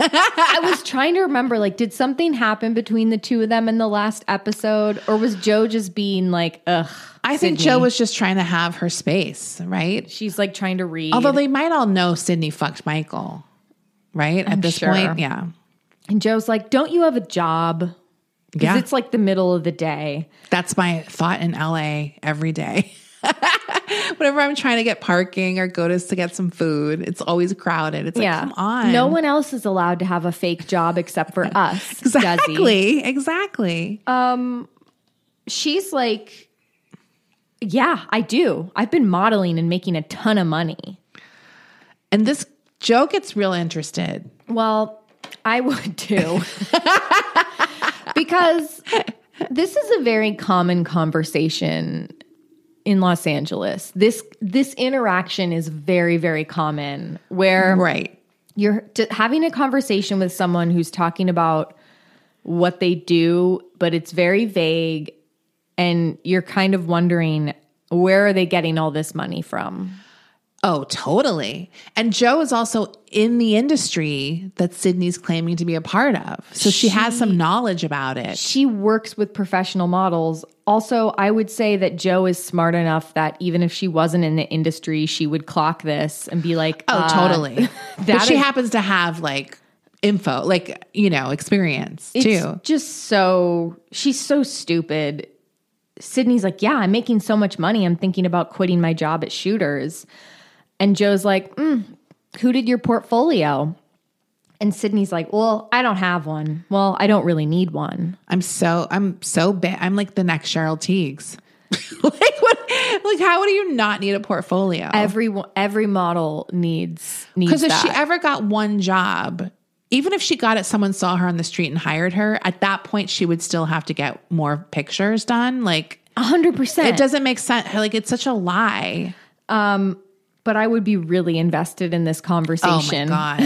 [SPEAKER 2] I was trying to remember, like, did something happen between the two of them in the last episode? Or was Joe just being like, ugh?
[SPEAKER 1] I think
[SPEAKER 2] Sydney?
[SPEAKER 1] Joe was just trying to have her space, right?
[SPEAKER 2] She's like trying to read.
[SPEAKER 1] Although they might all know Sydney fucked Michael, right? At this
[SPEAKER 2] sure.
[SPEAKER 1] point, yeah.
[SPEAKER 2] and Joe's like, don't you have a job? Because
[SPEAKER 1] Yeah.
[SPEAKER 2] it's like the middle of the day.
[SPEAKER 1] That's my thought in LA every day. Whenever I'm trying to get parking or go to, to get some food, it's always crowded. It's like, come on.
[SPEAKER 2] No one else is allowed to have a fake job except for us. Desi.
[SPEAKER 1] Exactly. Exactly.
[SPEAKER 2] she's like, Yeah, I do. I've been modeling and making a ton of money.
[SPEAKER 1] and this Joe gets real interested.
[SPEAKER 2] Well, I would too. because this is a very common conversation in Los Angeles. This this interaction is very very common where
[SPEAKER 1] Right.
[SPEAKER 2] you're t- having a conversation with someone who's talking about what they do, but it's very vague and you're kind of wondering where are they getting all this money from?
[SPEAKER 1] Oh, totally. And Joe is also in the industry that Sydney's claiming to be a part of. So she, has some knowledge about it.
[SPEAKER 2] She works with professional models. Also, I would say that Joe is smart enough that even if she wasn't in the industry, she would clock this and be like,
[SPEAKER 1] Oh,
[SPEAKER 2] uh,
[SPEAKER 1] totally. but
[SPEAKER 2] that
[SPEAKER 1] she
[SPEAKER 2] is-
[SPEAKER 1] happens to have like info, like, you know, experience too.
[SPEAKER 2] It's just so she's so stupid. Sydney's like, "Yeah, I'm making so much money. I'm thinking about quitting my job at Shooters." And Joe's like, mm, "Who did your portfolio?" And Sydney's like, "Well, I don't have one. Well, I don't really need one."
[SPEAKER 1] I'm so, I'm so bad. I'm like the next Cheryl Teagues. like, what, like, how do you not need a portfolio?
[SPEAKER 2] Every every model needs needs
[SPEAKER 1] Because if she
[SPEAKER 2] that.
[SPEAKER 1] ever got one job, even if she got it, someone saw her on the street and hired her, at that point, she would still have to get more pictures done. Like,
[SPEAKER 2] A hundred percent.
[SPEAKER 1] it doesn't make sense. Like, it's such a lie.
[SPEAKER 2] But I would be really invested in this
[SPEAKER 1] Oh my
[SPEAKER 2] conversation.
[SPEAKER 1] God.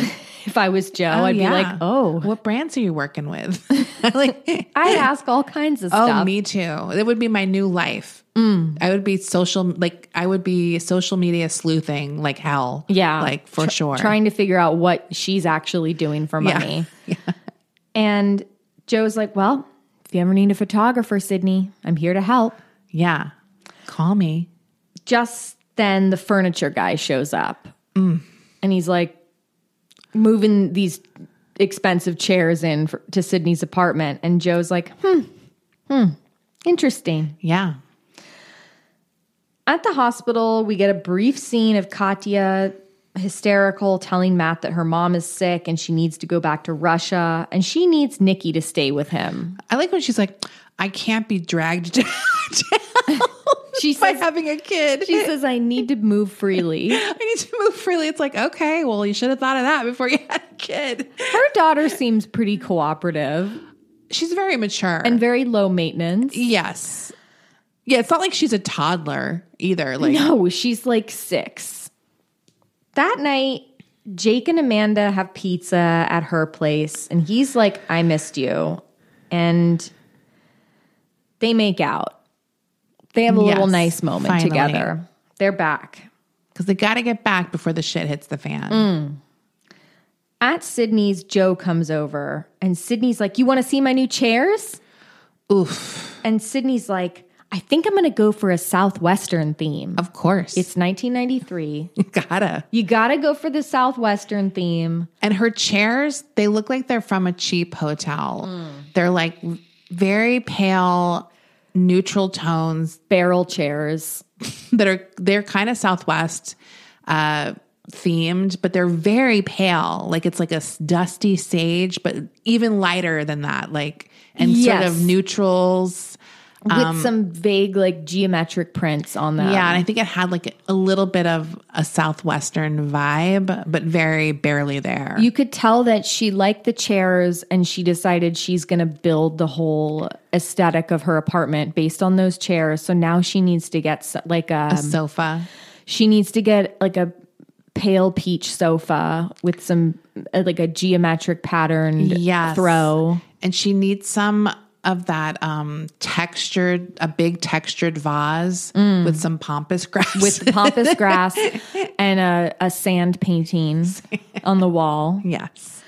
[SPEAKER 2] If I was Joe, I'd
[SPEAKER 1] Oh, yeah.
[SPEAKER 2] be like, "Oh,
[SPEAKER 1] What brands are you working with? like,
[SPEAKER 2] I ask all kinds of stuff."
[SPEAKER 1] Oh, me too. It would be my new life.
[SPEAKER 2] Mm.
[SPEAKER 1] I would be social, like I would be social media sleuthing like hell.
[SPEAKER 2] Yeah.
[SPEAKER 1] like for
[SPEAKER 2] Tr-
[SPEAKER 1] sure.
[SPEAKER 2] Trying to figure out what she's actually doing for
[SPEAKER 1] Yeah.
[SPEAKER 2] money. And Joe's like, Well, if you ever need a photographer, Sydney, I'm here to help.
[SPEAKER 1] yeah, call me.
[SPEAKER 2] Just then the furniture guy shows up
[SPEAKER 1] Mm.
[SPEAKER 2] and he's like moving these expensive chairs in for, to Sydney's apartment. And Joe's like, Hmm, hmm, interesting.
[SPEAKER 1] Yeah,
[SPEAKER 2] At the hospital, we get a brief scene of Katya hysterical telling Matt that her mom is sick and she needs to go back to Russia and she needs Nikki to stay with him.
[SPEAKER 1] I like when she's like, I can't be dragged down
[SPEAKER 2] She
[SPEAKER 1] by
[SPEAKER 2] says
[SPEAKER 1] having a kid.
[SPEAKER 2] she says I need to move freely.
[SPEAKER 1] I need to move freely. It's like, okay, well, you should have thought of that before you had a kid.
[SPEAKER 2] Her daughter seems pretty cooperative.
[SPEAKER 1] she's very mature
[SPEAKER 2] and very low maintenance.
[SPEAKER 1] yes, yeah. It's not like she's a toddler either. Like
[SPEAKER 2] No, she's like six. That night, Jake and Amanda have pizza at her place, and he's like, I missed you. And they make out. They have a little
[SPEAKER 1] Yes,
[SPEAKER 2] nice moment
[SPEAKER 1] finally.
[SPEAKER 2] together. They're back.
[SPEAKER 1] because they got to get back before the shit hits the fan.
[SPEAKER 2] Mm. At Sydney's, Joe comes over, and Sydney's like, You want to see my new chairs?
[SPEAKER 1] Oof.
[SPEAKER 2] And Sydney's like, I think I'm going to go for a Southwestern theme.
[SPEAKER 1] Of course,
[SPEAKER 2] It's 1993.
[SPEAKER 1] you gotta.
[SPEAKER 2] you got to go for the Southwestern theme.
[SPEAKER 1] And her chairs, they look like they're from a cheap hotel.
[SPEAKER 2] Mm.
[SPEAKER 1] They're like very pale, neutral tones
[SPEAKER 2] barrel chairs.
[SPEAKER 1] that are they're kind of Southwest uh, themed, but they're very pale. Like it's like a s- dusty sage, but even lighter than that. Like and sort
[SPEAKER 2] Yes.
[SPEAKER 1] of neutrals.
[SPEAKER 2] with some vague like geometric prints on them.
[SPEAKER 1] Um, Yeah, Um, and I think it had like a little bit of a southwestern vibe, but very barely there.
[SPEAKER 2] You could tell that she liked the chairs and she decided she's going to build the whole aesthetic of her apartment based on those chairs. So now she needs to get so- like a,
[SPEAKER 1] Um, sofa.
[SPEAKER 2] she needs to get like a pale peach sofa with some uh, like a geometric patterned
[SPEAKER 1] Yes.
[SPEAKER 2] throw.
[SPEAKER 1] and she needs some of that um textured a big textured vase with some pompous grass
[SPEAKER 2] Mm. With pompous grass and a, a sand painting on the wall.
[SPEAKER 1] yes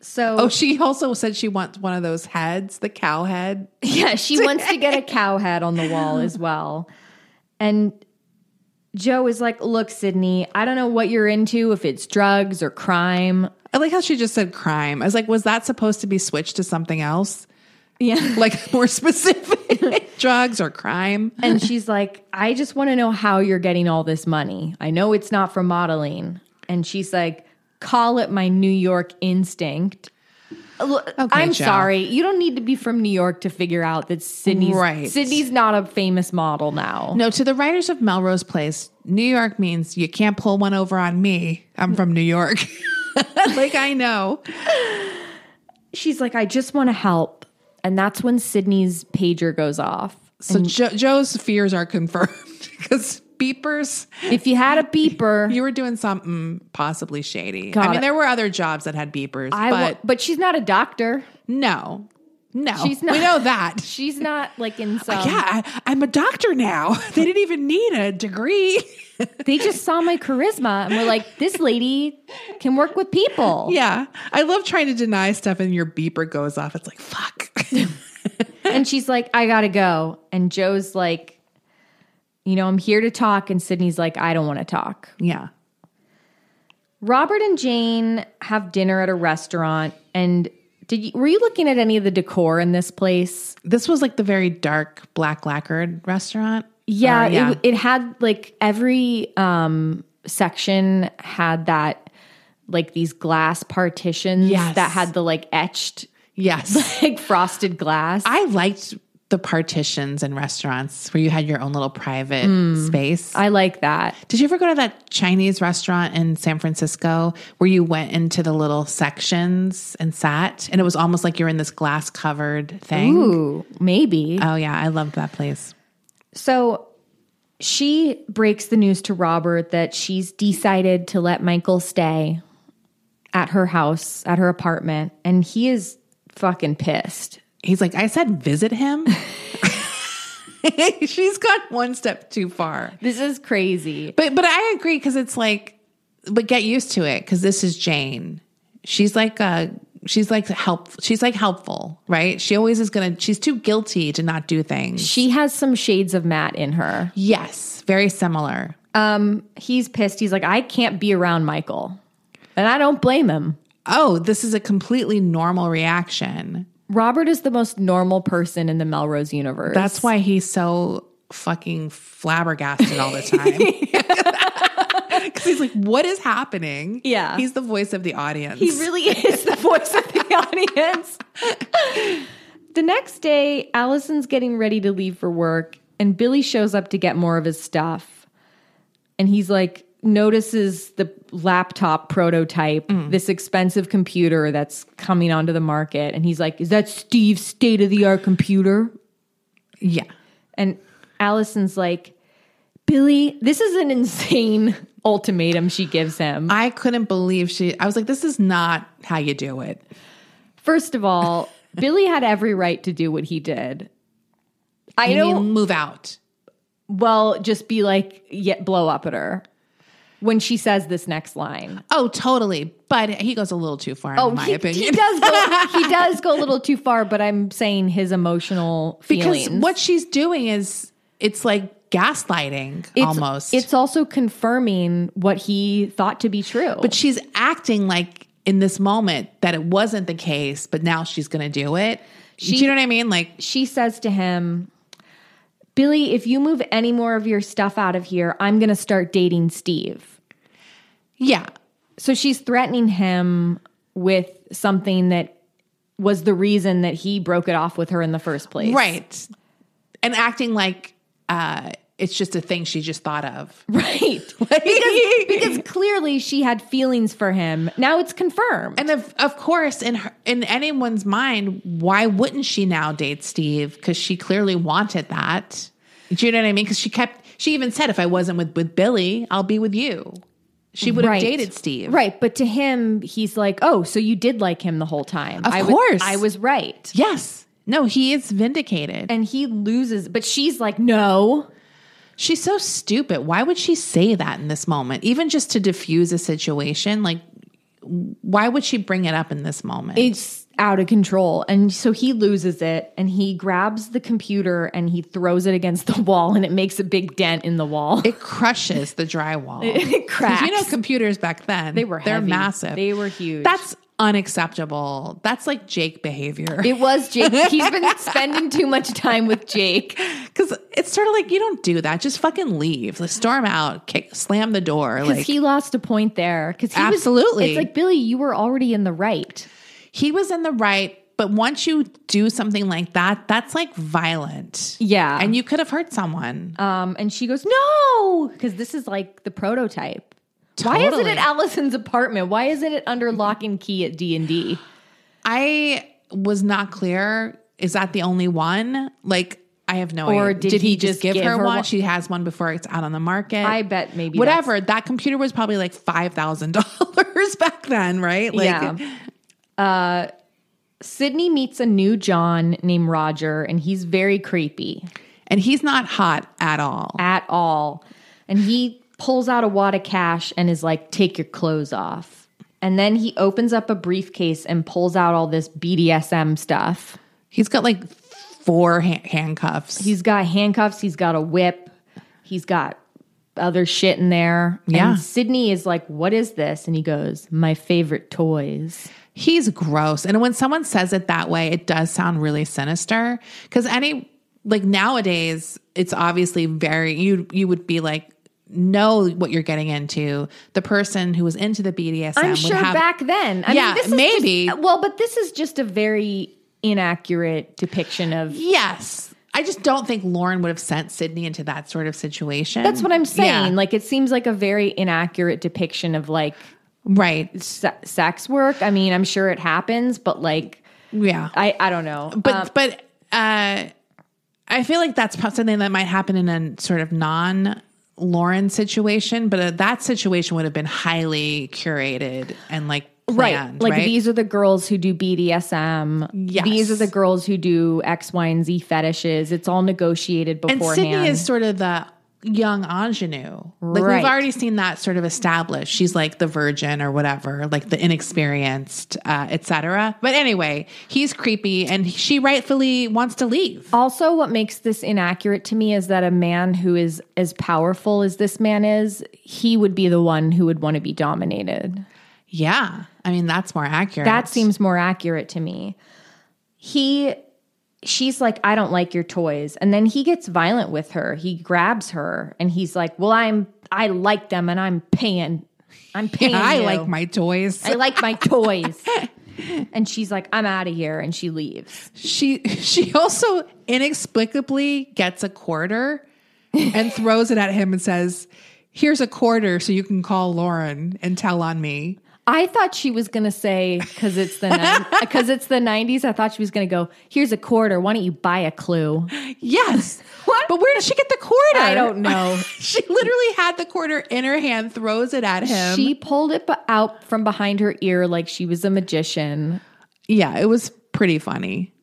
[SPEAKER 2] So
[SPEAKER 1] oh she also said she wants one of those heads the cow head
[SPEAKER 2] Yeah, she wants to get a cow head on the wall as well. And Joe is like, Look, Sydney, I don't know what you're into, if it's drugs or crime.
[SPEAKER 1] i like how she just said crime i was like was that supposed to be switched to something else yeah like more specific drugs or crime
[SPEAKER 2] And she's like, I just want to know how you're getting all this money. I know it's not from modeling. And she's like, Call it my New York instinct. Look, I'm
[SPEAKER 1] Joe.
[SPEAKER 2] sorry. You don't need to be from New York to figure out that Sydney's
[SPEAKER 1] Right.
[SPEAKER 2] Sydney's not a famous model now.
[SPEAKER 1] no to the writers of melrose place new york means you can't pull one over on me i'm from new york like i know
[SPEAKER 2] she's like, I just want to help. And that's when Sydney's pager goes off.
[SPEAKER 1] So jo- Joe's fears are confirmed because beepers,
[SPEAKER 2] If you had a beeper,
[SPEAKER 1] you were doing something possibly shady.
[SPEAKER 2] Got
[SPEAKER 1] I mean,
[SPEAKER 2] it.
[SPEAKER 1] there were other jobs that had beepers,
[SPEAKER 2] I
[SPEAKER 1] but
[SPEAKER 2] but, but she's not a doctor.
[SPEAKER 1] no, no,
[SPEAKER 2] She's not-
[SPEAKER 1] we know that.
[SPEAKER 2] She's not like in some.
[SPEAKER 1] yeah, I, I'm a doctor now. They didn't even need a degree.
[SPEAKER 2] They just saw my charisma and were like, this lady can work with people.
[SPEAKER 1] yeah, I love trying to deny stuff, and your beeper goes off. It's like fuck.
[SPEAKER 2] And she's like, I gotta go. And Joe's like, you know, I'm here to talk. And Sydney's like, I don't want to talk.
[SPEAKER 1] yeah,
[SPEAKER 2] Robert and Jane have dinner at a restaurant. And did you, were you looking at any of the decor in this place?
[SPEAKER 1] this was like the very dark black lacquered restaurant.
[SPEAKER 2] Yeah,
[SPEAKER 1] Or- Uh, yeah.
[SPEAKER 2] It, it had like every um section had that like these glass partitions
[SPEAKER 1] Yes.
[SPEAKER 2] that had the like etched
[SPEAKER 1] yes.
[SPEAKER 2] like frosted glass. I,
[SPEAKER 1] I liked the partitions in restaurants where you had your own little private space.
[SPEAKER 2] like that.
[SPEAKER 1] Did you ever go to that Chinese restaurant in San Francisco where you went into the little sections and sat and it was almost like you're in this glass covered thing?
[SPEAKER 2] Ooh, maybe.
[SPEAKER 1] Oh yeah, I loved that place.
[SPEAKER 2] so she breaks the news to Robert that she's decided to let Michael stay at her house, at her apartment, and he is fucking pissed.
[SPEAKER 1] He's like, I said visit him. She's gone one step too far.
[SPEAKER 2] This is crazy.
[SPEAKER 1] But but I agree because it's like, but get used to it because this is Jane. She's like a she's like help she's like helpful, right? She always is gonna. She's too guilty to not do things.
[SPEAKER 2] She has some shades of Matt in her.
[SPEAKER 1] Yes, very similar.
[SPEAKER 2] he's pissed. He's like, I can't be around Michael. And I don't blame him.
[SPEAKER 1] Oh, this is a completely normal reaction.
[SPEAKER 2] Robert is the most normal person in the Melrose universe.
[SPEAKER 1] That's why he's so fucking flabbergasted all the time. Because he's like, what is happening?
[SPEAKER 2] Yeah.
[SPEAKER 1] He's the voice of the audience.
[SPEAKER 2] he really is the voice of the audience. the next day, Allison's getting ready to leave for work, and Billy shows up to get more of his stuff. And he's like, notices the laptop prototype,
[SPEAKER 3] Mm.
[SPEAKER 1] Mm.
[SPEAKER 2] this expensive computer that's coming onto the market, and he's like, "Is that Steve's state of the art computer?"
[SPEAKER 1] Yeah.
[SPEAKER 2] And Allison's like, "Billy, this is an insane ultimatum she gives him."
[SPEAKER 1] I couldn't believe she, I was like, this is not how you do it.
[SPEAKER 2] First of all, Billy had every right to do what he did. I
[SPEAKER 1] You
[SPEAKER 2] know.
[SPEAKER 1] mean move out.
[SPEAKER 2] well, just be like, yeah, blow up at her when she says this next line.
[SPEAKER 1] Oh, totally. But he goes a little too far, in my
[SPEAKER 2] Oh, he,
[SPEAKER 1] opinion.
[SPEAKER 2] he does go. he does go a little too far, but I'm saying his emotional
[SPEAKER 1] because
[SPEAKER 2] feelings.
[SPEAKER 1] what she's doing is, it's like gaslighting
[SPEAKER 2] it's,
[SPEAKER 1] almost.
[SPEAKER 2] It's also confirming what he thought to be true.
[SPEAKER 1] But she's acting like in this moment that it wasn't the case, but now she's going to do it. do you know what I mean? Like,
[SPEAKER 2] she says to him, "Billy, if you move any more of your stuff out of here, I'm going to start dating Steve."
[SPEAKER 1] yeah,
[SPEAKER 2] So she's threatening him with something that was the reason that he broke it off with her in the first place.
[SPEAKER 1] right. And acting like uh, it's just a thing she just thought of.
[SPEAKER 2] Right. because, because clearly she had feelings for him. Now it's confirmed.
[SPEAKER 1] And of, of course, in her, in anyone's mind, why wouldn't she now date Steve? Because she clearly wanted that. Do you know what I mean? Because she kept, she even said, if I wasn't with, with Billy, I'll be with you. She would
[SPEAKER 2] Right.
[SPEAKER 1] have dated Steve.
[SPEAKER 2] Right, but to him, he's like, "Oh, so you did like him the whole time?
[SPEAKER 1] Of
[SPEAKER 2] I was,
[SPEAKER 1] course.
[SPEAKER 2] I was right."
[SPEAKER 1] Yes. No, he is vindicated.
[SPEAKER 2] And he loses, but she's like, "No."
[SPEAKER 1] She's so stupid. Why would she say that in this moment? Even just to diffuse a situation, like why would she bring it up in this moment?
[SPEAKER 2] It's out of control, and so he loses it, and he grabs the computer and he throws it against the wall, and it makes a big dent in the wall.
[SPEAKER 1] it crushes the drywall. It
[SPEAKER 2] cracks.
[SPEAKER 1] You know, computers back then
[SPEAKER 2] They were
[SPEAKER 1] they're
[SPEAKER 2] heavy.
[SPEAKER 1] massive.
[SPEAKER 2] They were huge.
[SPEAKER 1] That's unacceptable. That's like Jake behavior.
[SPEAKER 2] it was Jake. He's been spending too much time with Jake.
[SPEAKER 1] Because it's sort of like you don't do that. Just fucking leave. Like storm out. Kick. Slam the door.
[SPEAKER 2] Because
[SPEAKER 1] Like
[SPEAKER 2] he lost a point there. Because
[SPEAKER 1] Absolutely.
[SPEAKER 2] it's like Billy, you were already in the right.
[SPEAKER 1] he was in the right. But once you do something like that, that's like violent.
[SPEAKER 2] Yeah.
[SPEAKER 1] And you could have hurt someone.
[SPEAKER 2] Um, and she goes, "No," because this is like the prototype. Why is it at
[SPEAKER 1] Totally.
[SPEAKER 2] Allison's apartment? Why is it at under lock and key at D and D?
[SPEAKER 1] I was not clear. Is that the only one? Like, I have no
[SPEAKER 2] Or
[SPEAKER 1] idea.
[SPEAKER 2] did he just
[SPEAKER 1] give, her, one?
[SPEAKER 2] one?
[SPEAKER 1] She has one before it's out on the market.
[SPEAKER 2] I bet maybe
[SPEAKER 1] Whatever. That computer was probably like five thousand dollars back then, right? Like,
[SPEAKER 2] Yeah. uh, Sydney meets a new John named Roger, and he's very creepy
[SPEAKER 1] and he's not hot at all.
[SPEAKER 2] at all. And he pulls out a wad of cash and is like, "Take your clothes off." And then he opens up a briefcase and pulls out all this BDSM stuff.
[SPEAKER 1] He's got like four ha- handcuffs.
[SPEAKER 2] He's got handcuffs. He's got a whip. He's got other shit in there.
[SPEAKER 1] Yeah.
[SPEAKER 2] And Sydney is like, "What is this?" And he goes, "My favorite toys."
[SPEAKER 1] He's gross. And when someone says it that way, it does sound really sinister. Cause any like nowadays, it's obviously very you you would be like, know what you're getting into. The person who was into the BDSM
[SPEAKER 2] I'm
[SPEAKER 1] would
[SPEAKER 2] sure
[SPEAKER 1] have
[SPEAKER 2] back then. I
[SPEAKER 1] Yeah,
[SPEAKER 2] mean, this is
[SPEAKER 1] maybe.
[SPEAKER 2] just- well, but this is just a very inaccurate depiction of.
[SPEAKER 1] Yes. I just don't think Lauren would have sent Sydney into that sort of situation.
[SPEAKER 2] That's what I'm saying.
[SPEAKER 1] Yeah.
[SPEAKER 2] Like, it seems like a very inaccurate depiction of like
[SPEAKER 1] right.
[SPEAKER 2] se- sex work. I mean, I'm sure it happens, but like,
[SPEAKER 1] Yeah.
[SPEAKER 2] I I don't know.
[SPEAKER 1] but but uh, I feel like that's prob- something that might happen in a sort of non Lauren situation, but uh, that situation would have been highly curated and like planned,
[SPEAKER 2] Like
[SPEAKER 1] right?
[SPEAKER 2] these are the girls who do BDSM.
[SPEAKER 1] Yes.
[SPEAKER 2] These are the girls who do X, Y, and Z fetishes. It's all negotiated
[SPEAKER 1] and
[SPEAKER 2] beforehand.
[SPEAKER 1] Sydney is sort of the young ingenue. Like
[SPEAKER 2] Right.
[SPEAKER 1] we've already seen that sort of established. She's like the virgin or whatever, like the inexperienced, uh, etc. But anyway, he's creepy, and she rightfully wants to leave.
[SPEAKER 2] also, what makes this inaccurate to me is that a man who is as powerful as this man is, he would be the one who would want to be dominated.
[SPEAKER 1] Yeah, I mean that's more accurate.
[SPEAKER 2] That seems more accurate to me. He she's like I don't like your toys and then he gets violent with her. He grabs her and he's like, "Well, I'm I like them and I'm paying I'm paying
[SPEAKER 1] I
[SPEAKER 2] you."
[SPEAKER 1] like my toys.
[SPEAKER 2] I like my toys. And she's like, I'm out of here. And she leaves.
[SPEAKER 1] she she also inexplicably gets a quarter and throws it at him and says here's a quarter so you can call Lauren and tell on me.
[SPEAKER 2] I thought she was gonna say because it's the because it's the nineties. I thought she was gonna go. Here's a quarter. Why don't you buy a clue?
[SPEAKER 1] Yes. what? But where did she get the quarter?
[SPEAKER 2] I don't know.
[SPEAKER 1] she literally had the quarter in her hand, throws it at him.
[SPEAKER 2] She pulled it bu- out from behind her ear like she was a magician.
[SPEAKER 1] yeah, it was pretty funny.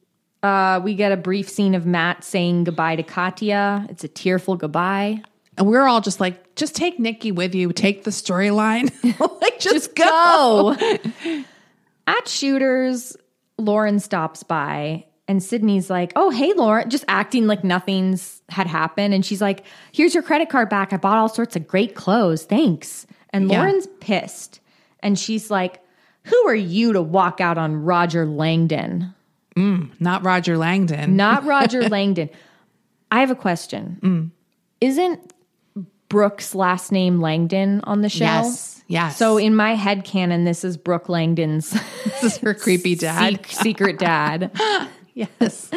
[SPEAKER 2] Uh, we get a brief scene of Matt saying goodbye to Katya. It's a tearful goodbye.
[SPEAKER 1] And we were all just like, just take Nikki with you, take the storyline. like, just, go.
[SPEAKER 2] go. At Shooters, Lauren stops by and Sydney's like, Oh, hey, Lauren, just acting like nothing's had happened. And she's like, Here's your credit card back. I bought all sorts of great clothes. Thanks. And
[SPEAKER 1] Yeah.
[SPEAKER 2] Lauren's pissed. And she's like, Who are you to walk out on Roger Langdon?
[SPEAKER 1] Not Roger Langdon.
[SPEAKER 2] Not Roger Langdon. I have a question.
[SPEAKER 1] Mm.
[SPEAKER 2] Isn't Brooke's last name Langdon on the show?
[SPEAKER 1] Yes. Yes.
[SPEAKER 2] So in my head canon, this is Brooke Langdon's
[SPEAKER 1] this is her creepy dad.
[SPEAKER 2] sec- secret dad.
[SPEAKER 1] Yes.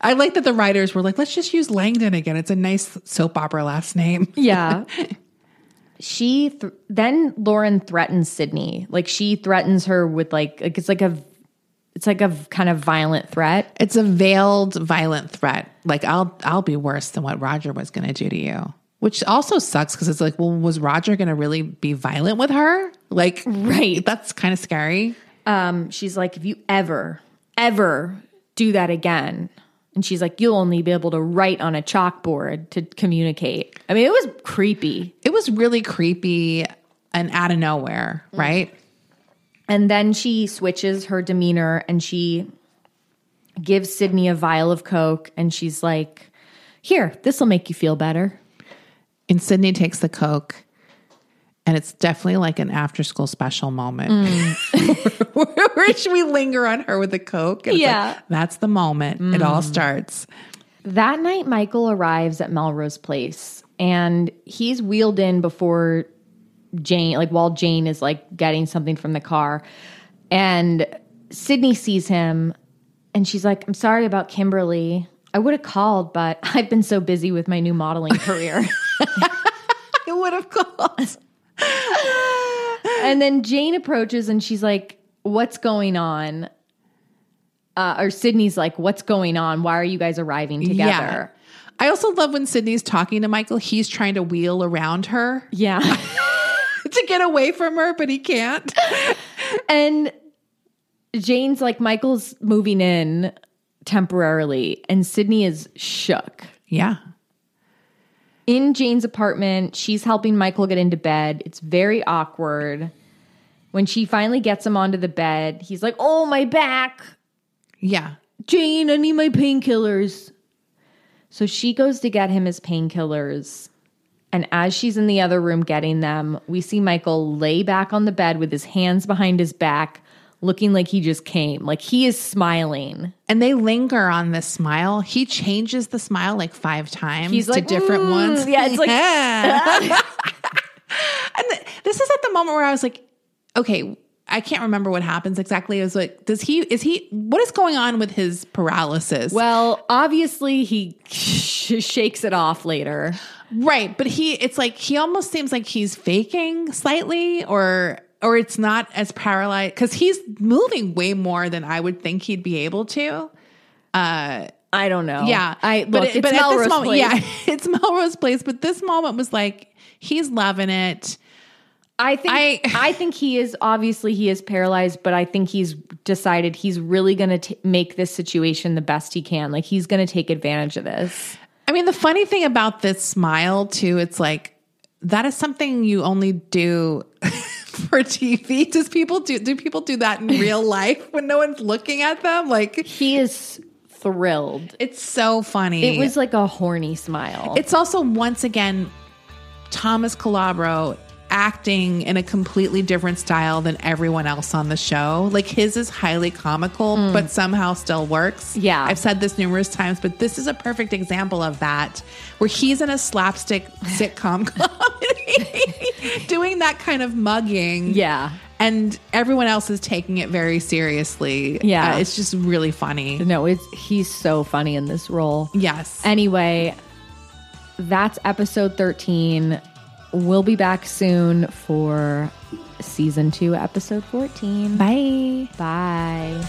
[SPEAKER 1] I like that the writers were like, let's just use Langdon again. It's a nice soap opera last name.
[SPEAKER 2] Yeah. She th- then Lauren threatens Sydney. Like she threatens her with like, like it's like a it's like a v- kind of violent threat.
[SPEAKER 1] It's a veiled violent threat. Like I'll I'll be worse than what Roger was going to do to you. Which also sucks because it's like, well, was Roger going to really be violent with her? Like, right? That's kind of scary.
[SPEAKER 2] Um, she's like, if you ever, ever do that again, and she's like, you'll only be able to write on a chalkboard to communicate. I mean, it was creepy.
[SPEAKER 1] It was really creepy and out of nowhere, right?
[SPEAKER 2] And then she switches her demeanor and she gives Sydney a vial of Coke and she's like, Here, this will make you feel better.
[SPEAKER 1] And Sydney takes the coke, and it's definitely like an after-school special moment. Where should we linger on her with the coke? And it's like,
[SPEAKER 2] Mm. Yeah. Mm.
[SPEAKER 1] that's the moment it all starts.
[SPEAKER 2] That night, Michael arrives at Melrose Place and he's wheeled in before Jane, like while Jane is like getting something from the car. And Sydney sees him and she's like, I'm sorry about Kimberly. I would have called, but I've been so busy with my new modeling career.
[SPEAKER 1] It would have called.
[SPEAKER 2] and then Jane approaches and she's like, "What's going on?" Uh, or Sydney's like, "What's going on? Why are you guys arriving together?"
[SPEAKER 1] I also love when Sydney's talking to Michael. He's trying to wheel around her
[SPEAKER 2] Yeah.
[SPEAKER 1] to get away from her, but he can't.
[SPEAKER 2] and Jane's like, "Michael's moving in temporarily," and Sydney is shook.
[SPEAKER 1] Yeah.
[SPEAKER 2] in Jane's apartment. She's helping Michael get into bed. It's very awkward. When she finally gets him onto the bed, he's like, "Oh, my back."
[SPEAKER 1] Yeah.
[SPEAKER 2] Jane, I need my painkillers. So she goes to get him his painkillers. And as she's in the other room getting them, we see Michael lay back on the bed with his hands behind his back, looking like he just came. Like he is smiling.
[SPEAKER 1] And they linger on this smile. He changes the smile like five times
[SPEAKER 2] He's like,
[SPEAKER 1] to different
[SPEAKER 2] "Mm."
[SPEAKER 1] ones.
[SPEAKER 2] Yeah, it's like-
[SPEAKER 1] Yeah. and th- this is at the moment where I was like, okay, I can't remember what happens exactly. I was like, does he, is he, what is going on with his paralysis?
[SPEAKER 2] Well, obviously, he sh- shakes it off later.
[SPEAKER 1] Right, but he it's like he almost seems like he's faking slightly or or it's not as paralyzed cuz he's moving way more than I would think he'd be able to.
[SPEAKER 2] I don't know.
[SPEAKER 1] Yeah.
[SPEAKER 2] Oh, I look, it's
[SPEAKER 1] at this
[SPEAKER 2] Melrose
[SPEAKER 1] moment,
[SPEAKER 2] Place.
[SPEAKER 1] yeah, it's Melrose Place, but this moment was like he's loving it.
[SPEAKER 2] I think I,
[SPEAKER 1] I-
[SPEAKER 2] think he is obviously he is paralyzed, but I think he's decided he's really going to make this situation the best he can. Like he's going to take advantage of this.
[SPEAKER 1] I mean, the funny thing about this smile too, it's like that is something you only do for TV. Does people do do people do that in real life when no one's looking at them? Like
[SPEAKER 2] He is thrilled.
[SPEAKER 1] it's so funny.
[SPEAKER 2] It was like a horny smile.
[SPEAKER 1] It's also once again Thomas Calabro acting in a completely different style than everyone else on the show. Like his is highly comical, but somehow still works.
[SPEAKER 2] Hmm. Yeah.
[SPEAKER 1] I've said this numerous times, but this is a perfect example of that where he's in a slapstick sitcom comedy doing that kind of mugging.
[SPEAKER 2] yeah.
[SPEAKER 1] And everyone else is taking it very seriously.
[SPEAKER 2] Yeah.
[SPEAKER 1] Uh, it's just really funny.
[SPEAKER 2] No, it's he's so funny in this role.
[SPEAKER 1] Yes.
[SPEAKER 2] Anyway, that's episode 13. We'll be back soon for season two, episode 14.
[SPEAKER 3] Bye.
[SPEAKER 2] Bye.